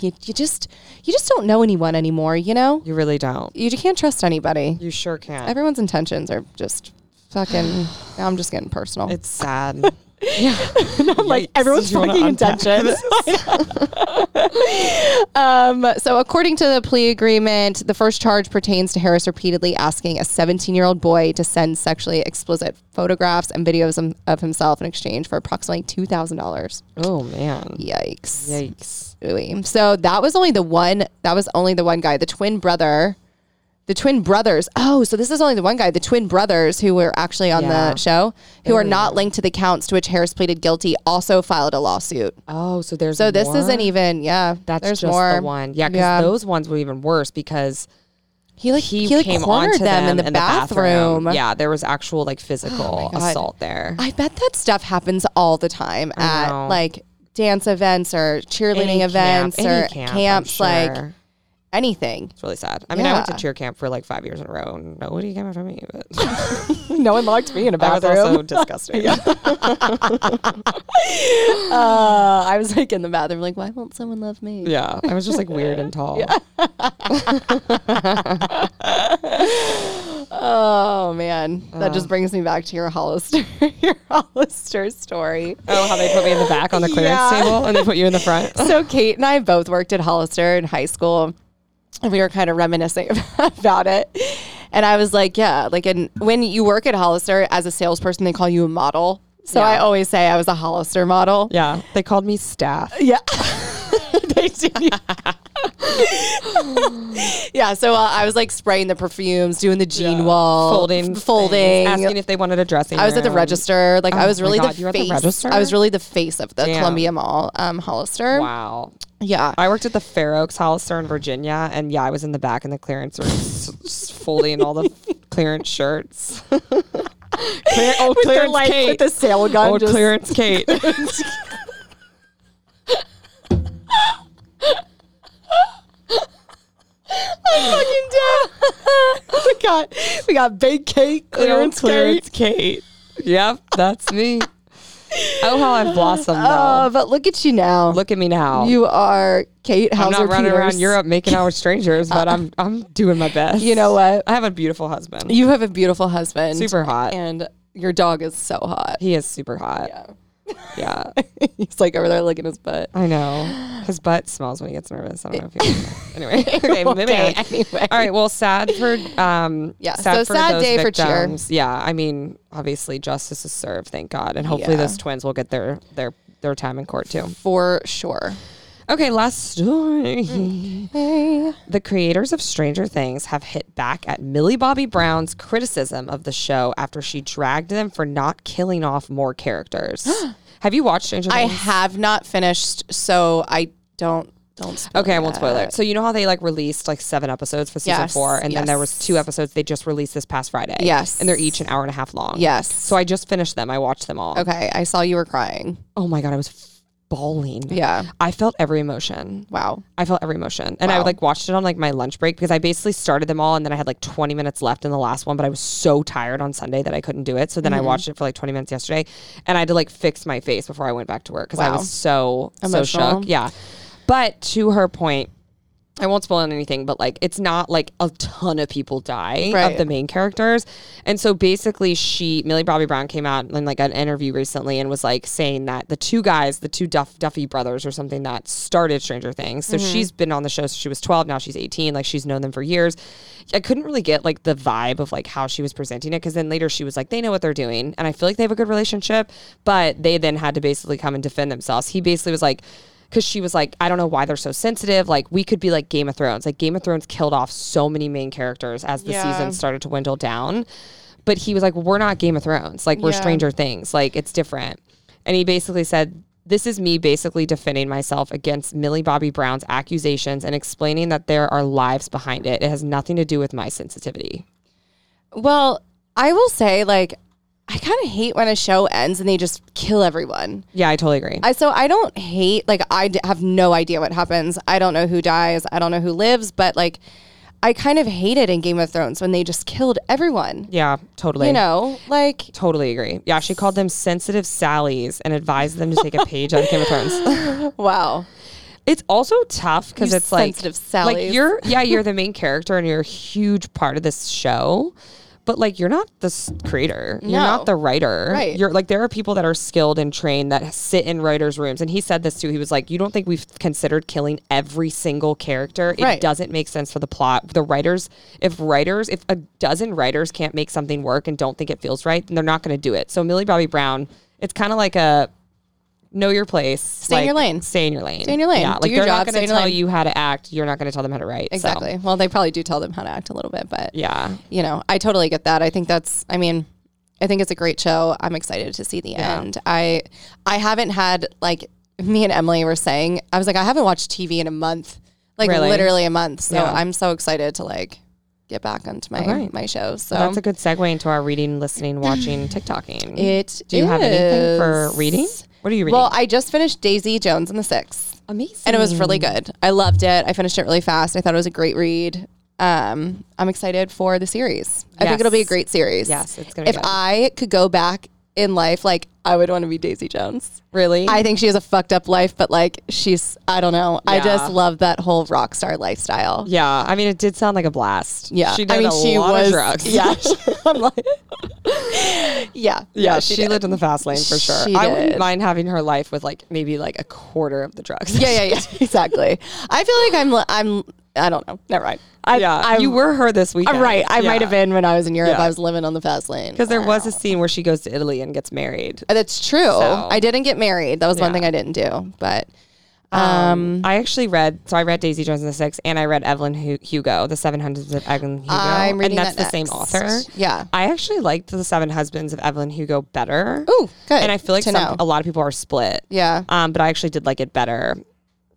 you, you just you just don't know anyone anymore, you know. you really don't. You, can't trust anybody. You sure can't. Everyone's intentions are just fucking. I'm just getting personal. It's sad. yeah, I'm like, everyone's fucking intentions. Um, so, according to the plea agreement, the first charge pertains to Harris repeatedly asking a 17 year old boy to send sexually explicit photographs and videos of- of himself in exchange for approximately two thousand dollars. Oh man. Yikes. Yikes. Really. So that was only the one. That was only the one guy. The twin brother. The twin brothers. Oh, so this is only the one guy. The twin brothers who were actually on Yeah. the show, who are not linked to the counts to which Harris pleaded guilty, also filed a lawsuit. Oh, so there's So this more? isn't even. Yeah, That's there's just more. the one. Yeah, because Yeah. those ones were even worse because He like he, he, like came cornered onto them, in the bathroom. Oh Yeah, there was actual like physical assault there. I bet that stuff happens all the time at know. like dance events or cheerleading Any camp, events any or camp, I'm camps, like sure. anything. It's really sad. I mean, I went to Yeah. cheer camp for like five years in a row, and nobody came after me. But no one locked me in a that was also disgusting. uh, I was like in the bathroom, like, why won't someone love me? yeah, I was just like weird and tall. Oh man, that Uh. just brings me back to your Hollister, your Hollister story. Oh, how they put me in the back on the clearance Yeah. table, and they put you in the front. So Kate and I both worked at Hollister in high school, and we were kind of reminiscing about it. And I was like, yeah, like, and when you work at Hollister as a salesperson, they call you a model. So I Yeah. always say I was a Hollister model. Yeah, they called me staff. Yeah. They do. yeah, so uh, I was like spraying the perfumes, doing the jean wall, folding, f- folding. things, asking if they wanted a dressing. I was at the room. register. Like I was Oh my really God, the you were at the face. register? I was really the face of the Damn. Columbia Mall, um, Hollister. Wow. Yeah. I worked at the Fair Oaks Hollister in Virginia, and yeah, I was in the back in the clearance room, s- s- folding all the clearance shirts. Clear- oh, With their, clearance like, Kate. with the sale gun. oh, just- clearance Kate. we got we got big cake, clearance, clearance Kate. Yep, that's me. Oh, how I've blossomed Oh, though. but look at you now. Look at me now. you are Kate I'm Hauser. not running around Peters. Europe making out with strangers, but I'm I'm doing my best. You know what? I have a beautiful husband. You have a beautiful husband. Super hot. And your dog is so hot. He is super hot. yeah. He's like over there licking his butt. I know. His butt smells when he gets nervous. I don't know if you Anyway, okay, moving Okay, on. anyway. All right, well, sad for um Yeah, so sad day for cheer. for cheer. Yeah, I mean, obviously justice is served, thank God. And hopefully Yeah. those twins will get their their their time in court too. For sure. Okay, last Mm. story. Hey. The creators of Stranger Things have hit back at Millie Bobby Brown's criticism of the show after she dragged them for not killing off more characters. have you watched Stranger I Things? have not finished, so I don't don't spoil Okay, I won't yet. spoil it. So you know how they like released like seven episodes for season Uh, Yes, four, and then there was yes. two episodes they just released this past Friday. Yes. and they're each an hour and a half long. Yes. So I just finished them. I watched them all. Okay, I saw you were crying. Oh my god, I was bawling. Yeah. I felt every emotion. Wow. I felt every emotion. And I like watched it on like my lunch break because I basically started them all and then I had like 20 minutes left in the last one, but I was so tired on Sunday that I couldn't do it. So Mm-hmm. then I watched it for like 20 minutes yesterday and I had to like fix my face before I went back to work because I Wow. was so, so Emotional. shook. Yeah. But to her point, I won't spoil anything, but like it's not like a ton of people die Right. of the main characters. And so basically she Millie Bobby Brown came out in like an interview recently and was like saying that the two guys, the two Duff Duffy brothers or something that started Stranger Things. So she's been on the show since she was 12, now she's 18, like she's known them for years. I couldn't really get like the vibe of like how she was presenting it cuz then later she was like they know what they're doing and I feel like they have a good relationship, but they then had to basically come and defend themselves. He basically was like because she was like, I don't know why they're so sensitive. Like, we could be like Game of Thrones. Like, Game of Thrones killed off so many main characters as the Yeah. season started to dwindle down. But he was like, We're not Game of Thrones. Like, we're Yeah. Stranger Things. Like, it's different. And he basically said, This is me basically defending myself against Millie Bobby Brown's accusations and explaining that there are lives behind it. It has nothing to do with my sensitivity. Well, I will say, like, I kind of hate when a show ends and they just kill everyone. Yeah, I totally agree. I so I don't hate like I d- have no idea what happens. I don't know who dies. I don't know who lives. But like, I kind of hated in Game of Thrones when they just killed everyone. yeah, totally. You know, like Totally agree. Yeah, she called them sensitive Sallys and advised them to take a page out of Game of Thrones. wow, It's also tough because You it's like sensitive Sallys. Like you're, yeah, you're the main character and you're a huge part of this show, but like you're not the s- creator. You're No. not the writer. Right. You're like there are people that are skilled and trained that sit in writers' rooms, and he said this too. He was like, "You don't think we've considered killing every single character? It Right. doesn't make sense for the plot. The writers, if writers, if a dozen writers can't make something work and don't think it feels right, then they're not going to do it. So Millie Bobby Brown, it's kind of like a know your place. Stay in your lane. Stay in your lane. Stay in your lane. Yeah, Do like your they're not job, stay going to in your tell lane. you how to act. You're not going to tell them how to write. So, exactly. Well, they probably do tell them how to act a little bit, but yeah. you know, I totally get that. I think that's I mean, I think it's a great show. I'm excited to see the end. I I haven't had like me and Emily were saying, I was like, I haven't watched TV in a month. Like Really? literally a month. So Yeah. I'm so excited to like get back onto my Okay. my show. So That's a good segue into our reading, listening, watching, TikToking. it Do you have anything for is- reading? What are you reading? Well, I just finished Daisy Jones and the Six. amazing. and it was really good. I loved it. I finished it really fast. I thought it was a great read. Um, I'm excited for the series. I Yes. think it'll be a great series. Yes, it's gonna be If good. I could go back in life, like I would want to be Daisy Jones. really. I think she has a fucked up life, but like she's, I don't know. I Yeah. just love that whole rock star lifestyle. yeah, I mean, it did sound like a blast. Yeah, she did a lot of drugs. Yeah, I'm like, yeah, yeah, she, did. lived in the fast lane for sure. She I wouldn't did. mind having her life with like maybe like a quarter of the drugs. Yeah, yeah, yeah, exactly. I feel like I'm, I'm, I don't know. Never mind. I, yeah. I- you were her this weekend, I'm Uh, right. I Yeah. might have been when I was in Europe. Yeah. I was living on the fast lane Uh, because there was a scene where she goes to Italy and gets married. That's true. So- I didn't get married. That was Yeah. one thing I didn't do. But Um, I actually read, so I read Daisy Jones and the Six, and I read Evelyn Hu- Hugo, The Seven Husbands of Evelyn Hugo, I'm reading and that's that the same next. author. Yeah. I actually liked The Seven Husbands of Evelyn Hugo better. Ooh, good And I feel like to some, know. a lot of people are split. yeah, Um, but I actually did like it better,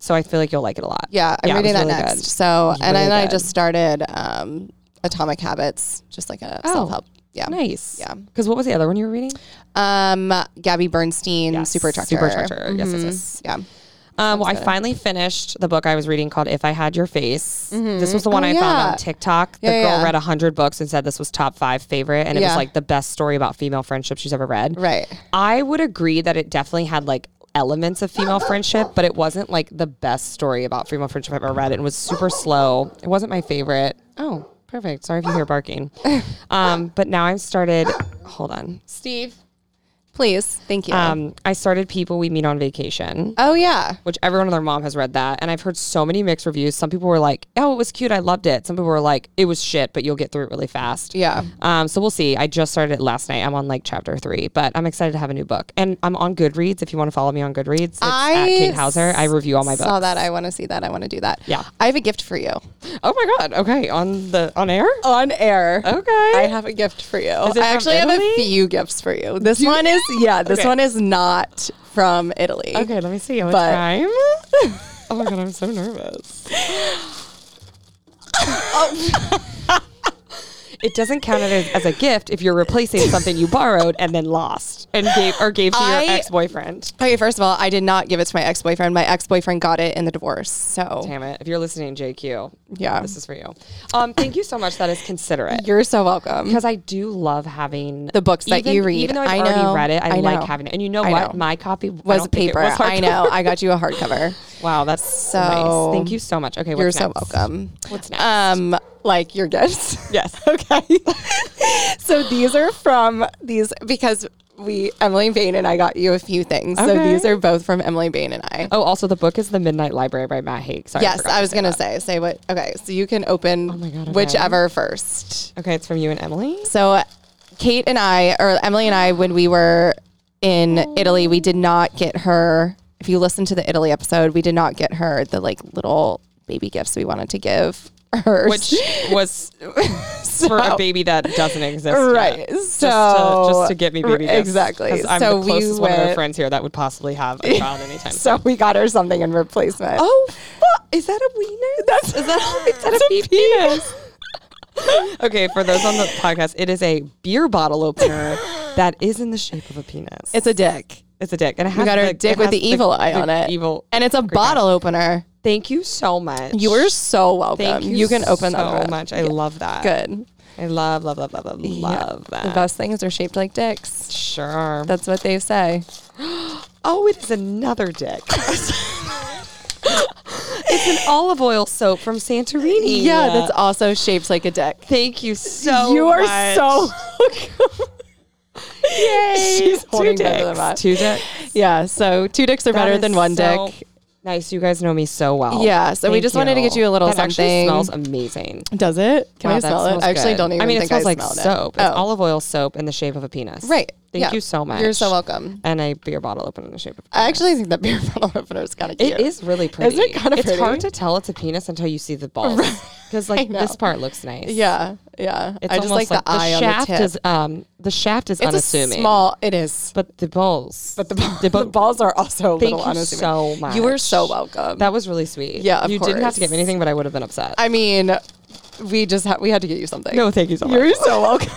so I feel like you'll like it a lot. yeah, I'm it reading was that really next. good. So and really then I good. just started um, Atomic Habits, just like a self help. Yeah. Nice. Yeah. Because what was the other one you were reading? Um, Gabby Bernstein, Super Mm-hmm. Attractor. Super Attractor. Yes, yes, yes. Yeah. Um, well, I finally finished the book I was reading called If I Had Your Face. This was the one Oh, I found yeah. on TikTok. The Yeah, yeah, girl yeah. read 100 books and said this was top five favorite, and it was Yeah. like the best story about female friendship she's ever read. Right. I would agree that it definitely had like elements of female friendship, but it wasn't like the best story about female friendship I've ever read. It was super slow. It wasn't my favorite. Oh, perfect. Sorry if you hear barking. Um, but now I've started, hold on. Steve, please, thank you. Um, I started People We Meet on Vacation oh yeah. which everyone and their mom has read that. And I've heard so many mixed reviews. Some people were like, oh, it was cute. I loved it. Some people were like, it was shit, but you'll get through it really fast. Yeah. Um, so we'll see. I just started it last night. I'm on like chapter three, but I'm excited to have a new book. And I'm on Goodreads. If you want to follow me on Goodreads, it's at I Kate Hauser. I review all my books. Saw that. I want to see that. I want to do that. Yeah. I have a gift for you Oh my God. Okay. On the on air? on air. Okay. Oh. I have a gift for you. it from I actually have Italy? a few gifts for you. This one is yeah, this Okay. one is not from Italy. okay, let me see. What But- time? oh my God, I'm so nervous. it doesn't count as, as a gift if you're replacing something you borrowed and then lost and gave or gave to I- your ex boyfriend. Okay, first of all, I did not give it to my ex boyfriend. My ex boyfriend got it in the divorce. So Damn it! If you're listening, JQ, Yeah. this is for you. Um, thank you so much. That is considerate you're so welcome. because I do love having The books that even- you read. Even though I've I already know. read it, I, I like know. having it. And you know I what? know. My copy I Was don't think it paper. was I hardcover. know. I got you a hardcover. Wow, that's so. Nice. So- Thank you so much. Okay, You're what's so next? welcome. What's next? Um, like your gifts. Yes. okay. so these are from these because we Emily Bain and I got you a few things. So Okay. these are both from Emily Bain and I. Oh, also the book is The Midnight Library by Matt Haig. Sorry. yes, forgot I was say gonna that. Oh say. Say what? Okay, so you can open my God, okay. whichever first. Okay, it's from you and Emily. So Kate and I, or Emily and I, when we were in Italy, we did not get her. If you listen to the Italy episode, we did not get her the like little baby gifts we wanted to give her. Which was for a baby that doesn't exist. Right, yet. so- just to, just to get me baby r- gifts. exactly. 'Cause I'm So the we closest one of our went- friends here that would possibly have a child anytime. so we got her something in replacement. oh, is that a wiener? That's is that, is that a, pee penis? okay, for those on the podcast, it is a beer bottle opener that is in the shape of a penis. It's a dick. It's a dick, and it has We got her the, a dick it with has the evil eye the on it. Evil. and it's a bottle opener. Thank you so much. You are so welcome. Thank you. can open so the other one. much. I love that. Good. I love, love, love, love, love, love The that. best things are shaped like dicks. Sure. That's what they say. oh, it is another dick. it's an olive oil soap from Santorini. Yeah, that's also shaped like a dick. Thank you so. you are much. so Yay. She's holding two better than dicks. that. Two dicks. yeah. So two dicks are better That than is one so dick. Nice. You guys know me so well. Yeah, so we Thank just wanted to get you a little that actually something. smells amazing. Does it? Can I Wow, Oh, that smell it? smells I actually good. don't even I mean, think it smells I like smelled soap. it. It's Oh. olive oil soap in the shape of a penis. Right. Thank Yeah. you so much. You're so welcome. And a beer bottle open in the shape of. a I actually think that beer bottle opener is kind of penis. cute. It is really pretty. kinda It's hard to pretty? tell it's a penis until you see the balls, because like know. this part looks nice. Yeah. Yeah. It's I just like almost the eye shaft on the tip. is um the shaft is it's unassuming, a small. It is. but the balls. But the, ball, The bo- the balls are also a Thank little you unassuming. so much. You are so welcome. that was really sweet. Yeah, of you didn't have to course. get me anything, but I would have been upset. I mean, we just ha- we had to get you something. no, thank you so much. You're so welcome.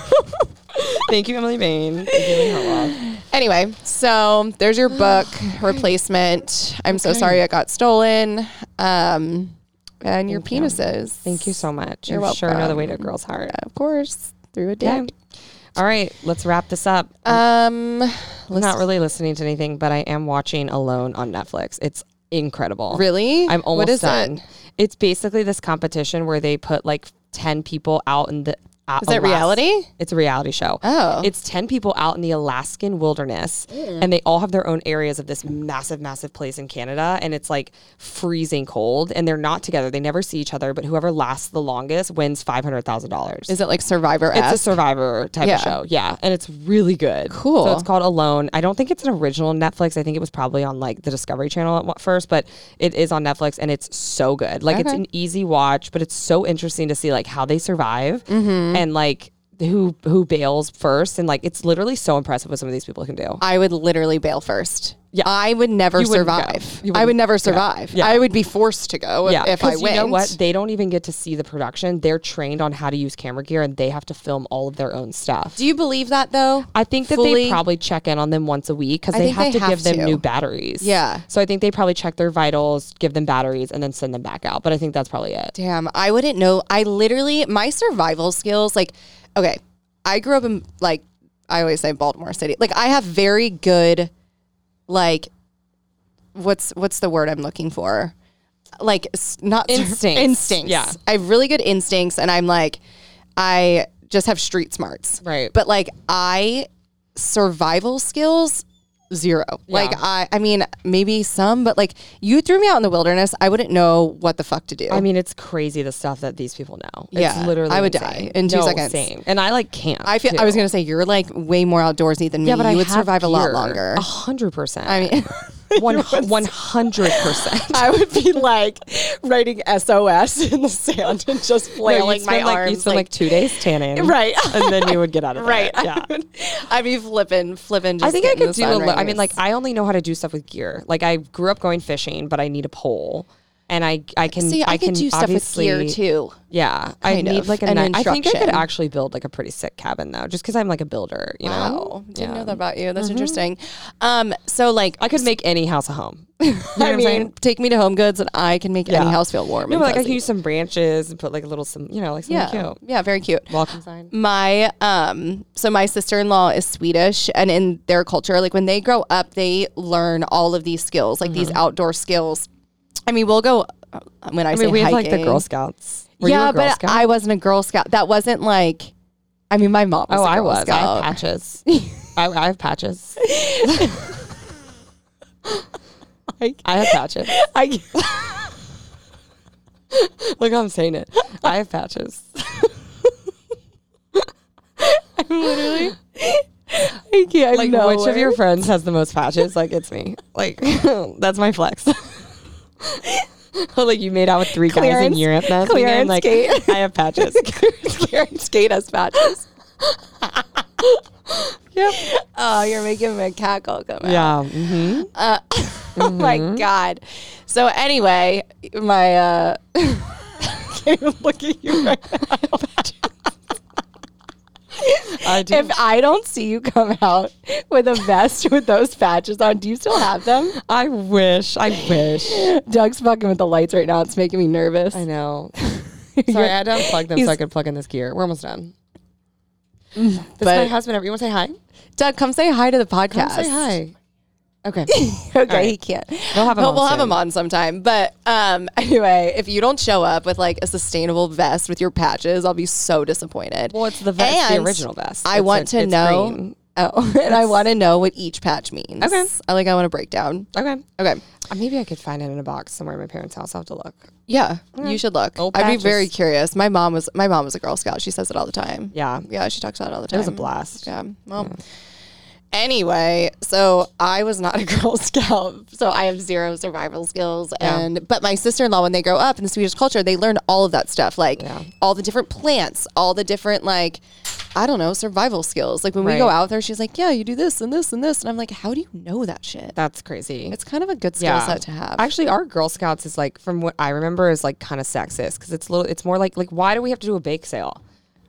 thank you, Emily Bain. Thank you, Lee Hartwell. Anyway, so there's your book replacement. I'm so sorry it got stolen. Um, and your penises. Thank you so much. You're you sure know the way to a welcome. girl's heart. Of course, through a Yeah. dick. All right, let's wrap this up. Um, I'm not really listening to anything, but I am watching Alone on Netflix. It's incredible. really? I'm almost what is done. It? It's basically this competition where they put like 10 people out in the out Is it Alas- reality? It's a reality show. Oh. Mm. It's 10 people out in the Alaskan wilderness and they all have their own areas of this massive massive place in Canada and it's like freezing cold and they're not together. They never see each other, but whoever lasts the longest wins $500,000. Is it like Survivor? It's a esque survivor type Yeah. of show. Yeah. And it's really good. Cool. So it's called Alone. I don't think it's an original Netflix. I think it was probably on like the Discovery Channel at wa- first, but it is on Netflix and it's so good. Like it's Okay. an easy watch, but it's so interesting to see like how they survive Mm-hmm. and like who who bails first and like it's literally so impressive what some of these people can do. I would literally bail first. Yeah. I would never wouldn't go. survive. You I would wouldn't- never survive. Yeah. I would be forced to go if, if I 'cause win. You know what? They don't even get to see the production. They're trained on how to use camera gear and they have to film all of their own stuff. Do you believe that though? I think that they Fully- probably check in on them once a week because I they think have they to have give them to. new batteries. Yeah. So I think they probably check their vitals, give them batteries, and then send them back out. But I think that's probably it. Damn, I wouldn't know. I literally my survival skills like okay, I grew up in like I always say Baltimore City. Like I have very good like what's what's the word I'm looking for? Like s- not sur- Instincts. instincts. Yeah. I have really good instincts and I'm like I just have street smarts. Right. But like I survival skills zero. Like I I mean maybe some but like you threw me out in the wilderness, I wouldn't know what the fuck to do. I mean, it's crazy the stuff that these people know. Yeah, it's literally I would insane. die in two No, seconds. Same. And I like camp. I feel too. I was gonna say you're like way more outdoorsy than me. Yeah, but you I would have survive a lot gear. longer. A hundred percent. I mean, One one hundred percent. I would be like writing SOS in the sand and just flailing You'd my spend, like, arms. You'd spend like, two days tanning, Right. And then you would get out of there. right, Yeah. I'd be flipping, flipping. Just I think I getting could the do a sun little. I mean, rays. like I only know how to do stuff with gear. Like I grew up going fishing, but I need a pole. and I I can See, I, can could do stuff with obviously gear too. yeah I kind need of, like a an ni- I think I could instruction. actually build like a pretty sick cabin though just because I'm like a builder you know Wow, Oh, didn't know that about you. Mm-hmm. That's interesting. Um, so like, I could make any house a home you know what I I'm saying mean, take me to Home Goods and I can make any Yeah. house feel warm. no and but, like I fuzzy. can use some branches and put like a little some you know like something yeah, cute yeah, very cute. welcome sign My um so my sister-in-law is Swedish and in their culture like when they grow up they learn all of these skills like these outdoor skills. I mean, we'll go uh, when I, Mm-hmm. I say mean we had hiking. like the Girl Scouts Were you yeah, a Girl but Scout? I wasn't a Girl Scout. That wasn't like I mean, my mom was oh a I Girl was I Scout. have patches I, I have patches I have patches I Look how I'm saying it. I have patches. I'm literally I can't. like, no which of your friends has the most patches? Like, it's me. Like, that's my flex. like, you made out with three guys in Clearance- Europe last clearance weekend. Like, gate. I have patches. Karen Skate has patches. yep. Oh, you're making my cackle come out. Yeah. Mm-hmm. hmm Oh my god. So anyway, my uh can't even look at you right now. I have patches. I do. if I don't see you come out with a vest with those patches on, do you still have them? I wish. I wish. Doug's fucking with the lights right now. It's making me nervous. I know. Sorry, I had to unplug them so I could plug in this gear. We're almost done. This is my But- husband. You want to say hi? Doug, come say hi to the Come podcast. say hi. Okay. okay, All right. he can't. We'll have him But on we'll have soon. him on sometime. But um, anyway, if you don't show up with like a sustainable vest with your patches, I'll be so disappointed. well, it's the vest, the And original vest. I It's want a- to it's know. green. Oh, and I want to know what each patch means. Okay. I like. I want a breakdown. Okay. Okay. Uh, Maybe I could find it in a box somewhere at my parents' house. I'll have to look. Yeah, you should look. Old I'd be very patches. curious. My mom was my mom was a Girl Scout. She says it all the time. Yeah. yeah, she talks about it all the It time. was a blast. Yeah. Well. Anyway, so I was not a Girl Scout, so I have zero survival skills. Yeah. And but my sister in law, when they grow up in the Swedish culture, they learn all of that stuff, like Yeah. all the different plants, all the different like I don't know survival skills. Like when we go Right. out with her, she's like, "Yeah, you do this and this and this," and I'm like, "How do you know that shit?" That's crazy. It's kind of a good skill set to have. Actually, our Girl Scouts is like, from what I remember, is like kind of sexist because it's a little. It's more like like why do we have to do a bake sale?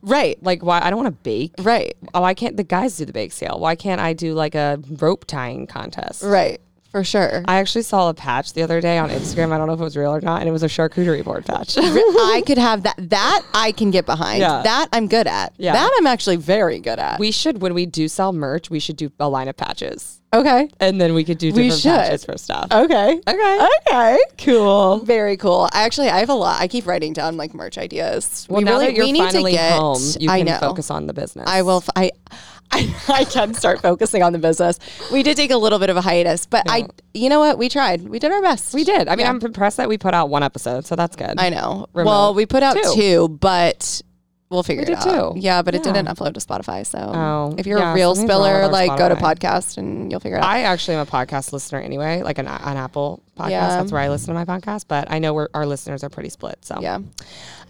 right. Like why I don't want to bake. Right. Oh, why can't the guys do the bake sale? Why can't I do like a rope tying contest? Right. For sure. I actually saw a patch the other day on Instagram. I don't know if it was real or not, and it was a charcuterie board patch. yeah, I could have that. That I can get behind. Yeah. That I'm good at. Yeah. That I'm actually very good at. we should when we do sell merch, we should do a line of patches, okay. and then we could do We different should. patches for stuff. Okay. Okay. Okay. Cool. Very cool. Actually, I have a lot. I keep writing down like merch ideas. Well, we now really that you're we need finally to get. home, you I can know. focus on the business. I will. F- I, I I can start focusing on the business. We did take a little bit of a hiatus, but I. You know what? We tried. We did our best. We did. I mean, I'm impressed that we put out one episode, so that's good. I know. Remote. Well, we put out Two. two, but we'll figure We it did out. two. Yeah, but it Yeah. didn't upload to Spotify. So Oh, if you're yeah, a real something's wrong with spiller, our like go to Spotify. podcast and you'll figure it out. I actually am a podcast listener anyway, like an, an Apple podcast. Yeah. That's where I listen to my podcast. But I know we're, our listeners are pretty split. So yeah.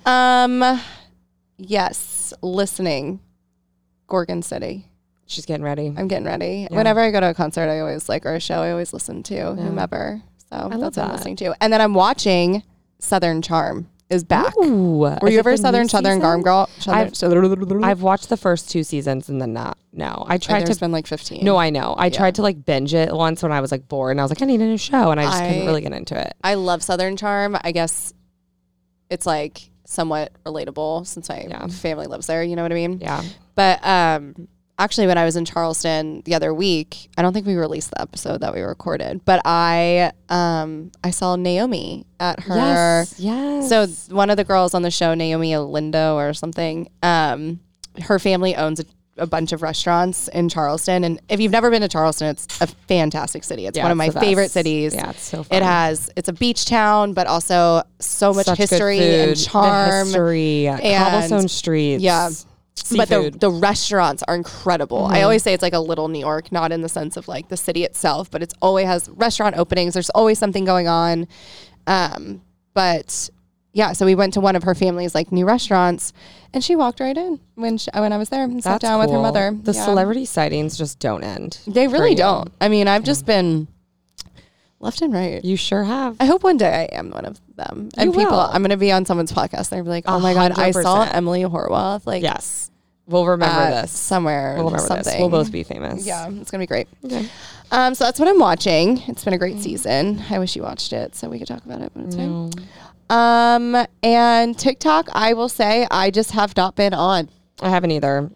Um. Yes, listening. Gorgon City. she's getting ready. I'm getting ready. Whenever I go to a concert, I always like or a show, I always listen to whomever. So love that's what I'm that. listening to. And then I'm watching Southern Charm is back. Ooh, Were you ever a Southern Southern Charm girl? I've- Southern, I've watched the first two seasons and then not. No, I tried tried there's to. been like 15. No, I know. I tried to like binge it once when I was like bored and I was like, I need a new show, and I just couldn't I- really get into it. I love Southern Charm. I guess it's like somewhat relatable since my Yeah. family lives there. You know what I mean? Yeah. But um, actually, when I was in Charleston the other week, I don't think we released the episode that we recorded, but I um, I saw Naomi at her. Yes. So th- one of the girls on the show, Naomi Olindo or something, um, her family owns a, a bunch of restaurants in Charleston. And if you've never been to Charleston, it's a fantastic city. It's Yeah, one of it's my the best. favorite cities. Yeah, it's so It fun. has it's a beach town, but also so much Such good history food, and the charm. history, cobblestone streets. yeah. But the, seafood. Mm-hmm. the restaurants are incredible. I always say it's like a little New York, not in the sense of like the city itself, but it's always has restaurant openings. There's always something going on. Um, but yeah, so we went to one of her family's like new restaurants, and she walked right in when she, when I was there and sat That's down with her cool. mother. The Yeah. celebrity sightings just don't end. They for really you. don't. I mean, I've just been left and right. You sure have. I hope one day I am one of them. And You people, will. I'm going to be on someone's podcast. They're like, oh my God, I saw 100%. Emily Horwath. Like, Yes. We'll remember uh, this. Somewhere We'll remember something. this. We'll both be famous. Yeah, it's going to be great. Um, so that's what I'm watching. It's been a Mm. great season. I wish you watched it so we could talk about it, but it's fine. Um, and TikTok, I will say, I just have not been on. I haven't either.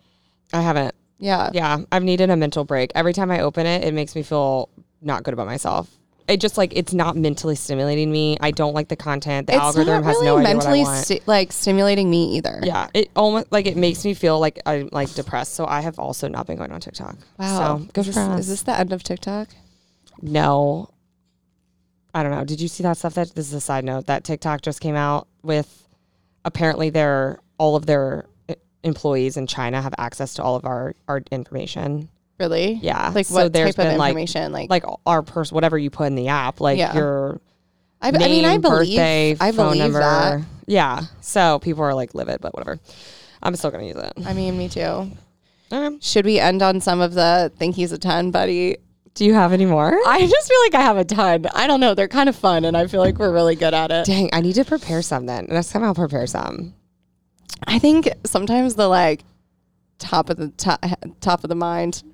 I haven't. Yeah. Yeah. I've needed a mental break. Every time I open it, it makes me feel not good about myself. It just like it's not mentally stimulating me. I don't like the content. The It's algorithm not has really no idea mentally what I want. sti- like stimulating me either. yeah, it almost like it makes me feel like I'm like depressed. So I have also not been going on TikTok. Wow. so good is, for this, us. is this the end of TikTok? No. I don't know. Did you see that stuff that this is a side note that TikTok just came out with apparently their all of their eh, employees in China have access to all of our our information. Really? Yeah. Like So what there's type of been, like- information? Like, Like our person whatever you put in the app, like Yeah. your I, name, I mean, I believe birthday, I phone believe number. that. Yeah. So people are like livid, but whatever. I'm still gonna use it. I mean, me too. Okay. Should we end on some of the think he's a ton, buddy? Do you have any more? I just feel like I have a ton. I don't know. They're kind of fun, and I feel like we're really good at it. Dang, I need to prepare some then. Next time I'll prepare some. I think sometimes the like top of the top, top of the mind,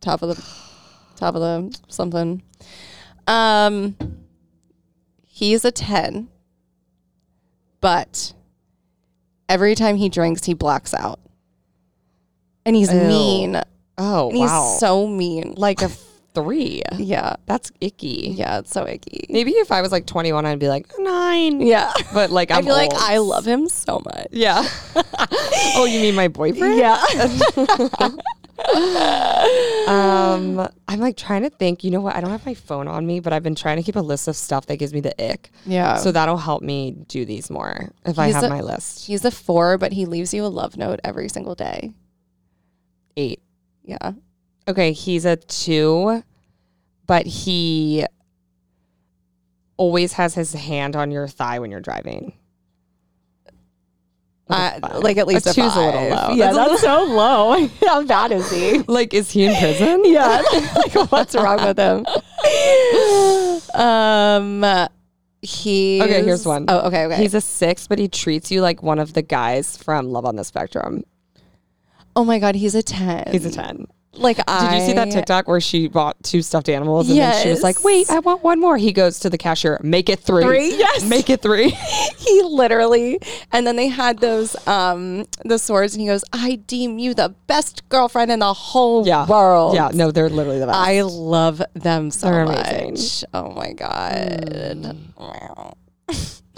top of the top of the something. Um, he's a ten, but every time he drinks, he blacks out, and he's Ew. mean. And Oh He's wow. so mean. like a three. Yeah, That's icky. yeah, it's so icky. Maybe if I was like 21, I'd be like nine. Yeah, But like, i I'm feel like old. I love him so much. Yeah. oh, you mean my boyfriend? Yeah. Um, I'm like trying to think. You know what? I don't have my phone on me, but I've been trying to keep a list of stuff that gives me the ick. Yeah. So that'll help me do these more if I Oh. He's have a- my list. He's a four, but he leaves you a love note every single day. Eight. Yeah. Okay, he's a two, but he always has his hand on your thigh when you're driving. Uh, a Oh, five. like at least a, two's a little five. low. Yeah, That's that's, so low. How bad is he? Like, is he in prison? Yeah. like what's wrong with him? Um he Okay, here's one. Oh, okay, okay. He's a six, but he treats you like one of the guys from Love on the Spectrum. oh my god, he's a ten. He's a 10. Like Did I you see that TikTok where she bought two stuffed animals and then she was like, Yes. wait, I want one more? He goes to the cashier, make it three. Three? Yes. Make it three. He literally and then they had those um the swords and he goes, I deem you the best girlfriend in the whole yeah. world. Yeah. No, they're literally the best. I love them so They're amazing. Mm. much. Oh my god. Wow.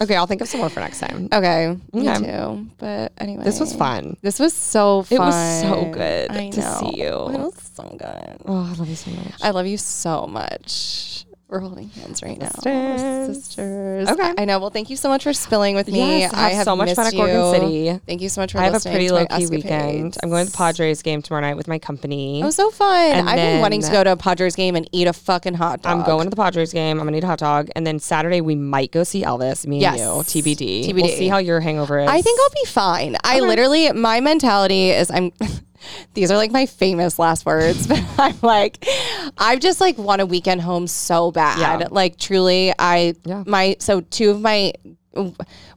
okay, I'll think of some more for next time. Okay, me Okay. too. But anyway, This was fun. This was so fun. It was so good I to see know. you. It was so good. Oh, I love you so much. I love you so much. We're holding hands right now. We're Sisters. sisters. Okay. I know. Well, thank you so much for spilling with me. Yes, have I have so much fun missed at Gorgon you. City. Thank you so much for I have a listening pretty to my low key weekend. escapades. Oh, I'm going to the Padres game tomorrow night with my company. It was so fun. And I've been wanting to then- go to a Padres game and eat a fucking hot dog. I'm going to the Padres game. I'm gonna need a hot dog, and then Saturday we might go see Elvis. Me Yes. and you, TBD. We'll TBD. see how your hangover is. I think I'll be fine. I literally, my mentality is I'm, these are like my famous last words, but I'm like, I just like want a weekend home so bad. Yeah. Like truly, I, Yeah. my, so two of my,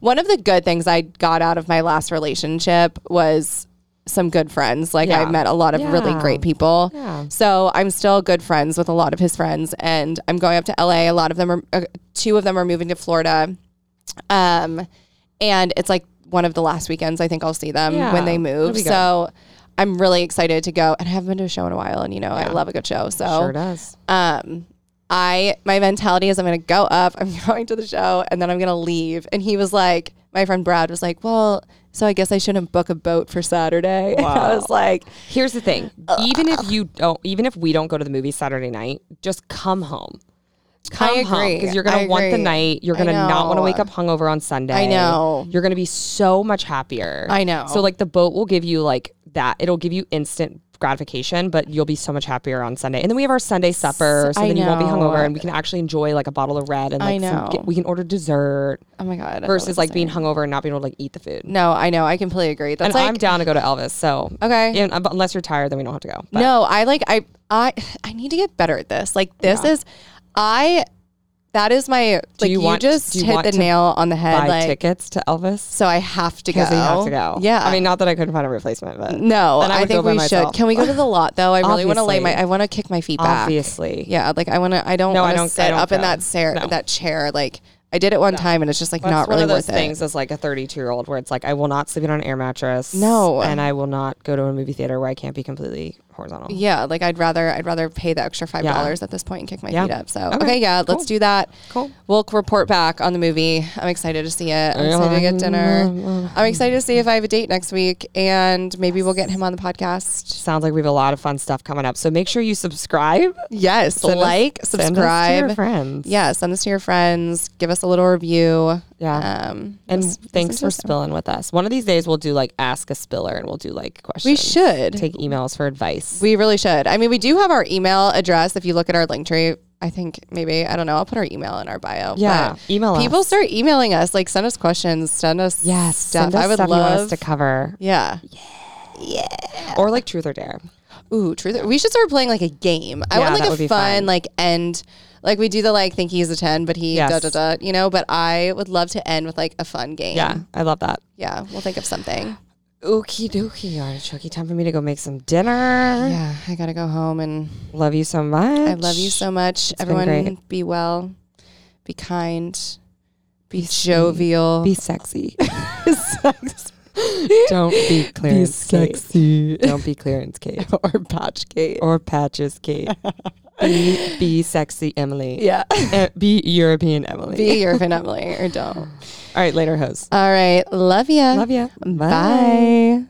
one of the good things I got out of my last relationship was some good friends. Like I Yeah. met a lot of really Yeah. great people. Yeah. So I'm still good friends with a lot of his friends, and I'm going up to LA. A lot of them are, uh, two of them are moving to Florida, um, and it's like one of the last weekends I think I'll see them Yeah, when they that'll move. be good. So I'm really excited to go, and I haven't been to a show in a while, and you know I love a good show. So Sure does. um I my mentality is I'm gonna go up, I'm going to the show, and then I'm gonna leave. And he was like, my friend Brad was like, Well, so I guess I shouldn't book a boat for Saturday. And I Wow. was like, Here's the thing. Even if you don't, even if we don't go to the movie Saturday night, just come home. Come I agree. because you're I gonna want the agree. night. You're I gonna not want to know. wake up hungover on Sunday. I know. You're gonna be so much happier. I know. So like the boat will give you like that. It'll give you instant gratification, but you'll be so much happier on Sunday. And then we have our Sunday supper, so I then you won't be know. hungover, and we can actually enjoy like a bottle of red and I like some, know. get- we can order dessert. Oh my god. I versus love like this being thing. hungover and not being able to like eat the food. No, I know, I completely agree. That's and like I'm down to go to Elvis. So Okay. and, uh, but unless you're tired, then we don't have to go. But No, I like I I I need to get better at this. Like this is I that is my like you you, want- just do you hit want the to nail on the head Buy like tickets to Elvis so I have to go. because you have to go. Yeah. I mean, not that I couldn't find a replacement, but no, then I I, would go think by we myself. should. Can we go to the lot though? I really want to lay my Obviously. I want to kick my feet back. obviously, Yeah, like I want to I don't No, I want don't- I to sit don't up in go. that chair No. that chair like I did it one time and it's just like That's not one really of those worth things as like a 32 year old where it's like I will not sleep on an air mattress. No. and I will not go to a movie theater where I can't be completely horizontal. it. Yeah, like I'd rather I'd rather pay the extra $5 Yeah. at this point and kick my Yeah. feet up. So, Okay. okay, yeah, let's do that. Cool. We'll report back on the movie. I'm excited to see it. I'm excited to get dinner. I'm excited to see if I have a date next week and maybe we'll get him on the podcast. Sounds like we have a lot of fun stuff coming up. So make sure you subscribe, Yes, Send us- like, send us to your subscribe. friends. Yeah, send this to your friends. Give us a little review. Yeah. Um, and this- this thanks is for just- spilling with us. One of these days we'll do like ask a spiller and we'll do like questions. We should. take emails for advice. We really should. I mean, we do have our email address. If you look at our link tree, I think maybe I don't know. I'll put our email in our bio. yeah, but email people us. start emailing us. Like, send us questions. Send us Yes, stuff. send us I would stuff you want us love. to cover yeah. or like truth or dare. Ooh, truth. We should start playing like a game. I Yeah, want that like would be a fun, fun. like end. Like we do the like think he's a ten, but he Yes. da da da. You know. But I would love to end with like a fun game. Yeah, I love that. Yeah. We'll think of something. Okie dokie, artichoke. Time for me to go make some dinner. Yeah. I gotta go home and Love you so much. I love you so much. been Everyone, great. be well, be kind, be, jovial. Be sexy. Don't be Clarence Kate. Don't be Clarence Kate or patch gate. or Patches Kate. be, be sexy Emily. Yeah. Uh, be European Emily. be your Finn Emily or don't. All right, later, hoes. All right. Love ya. Love ya. Bye.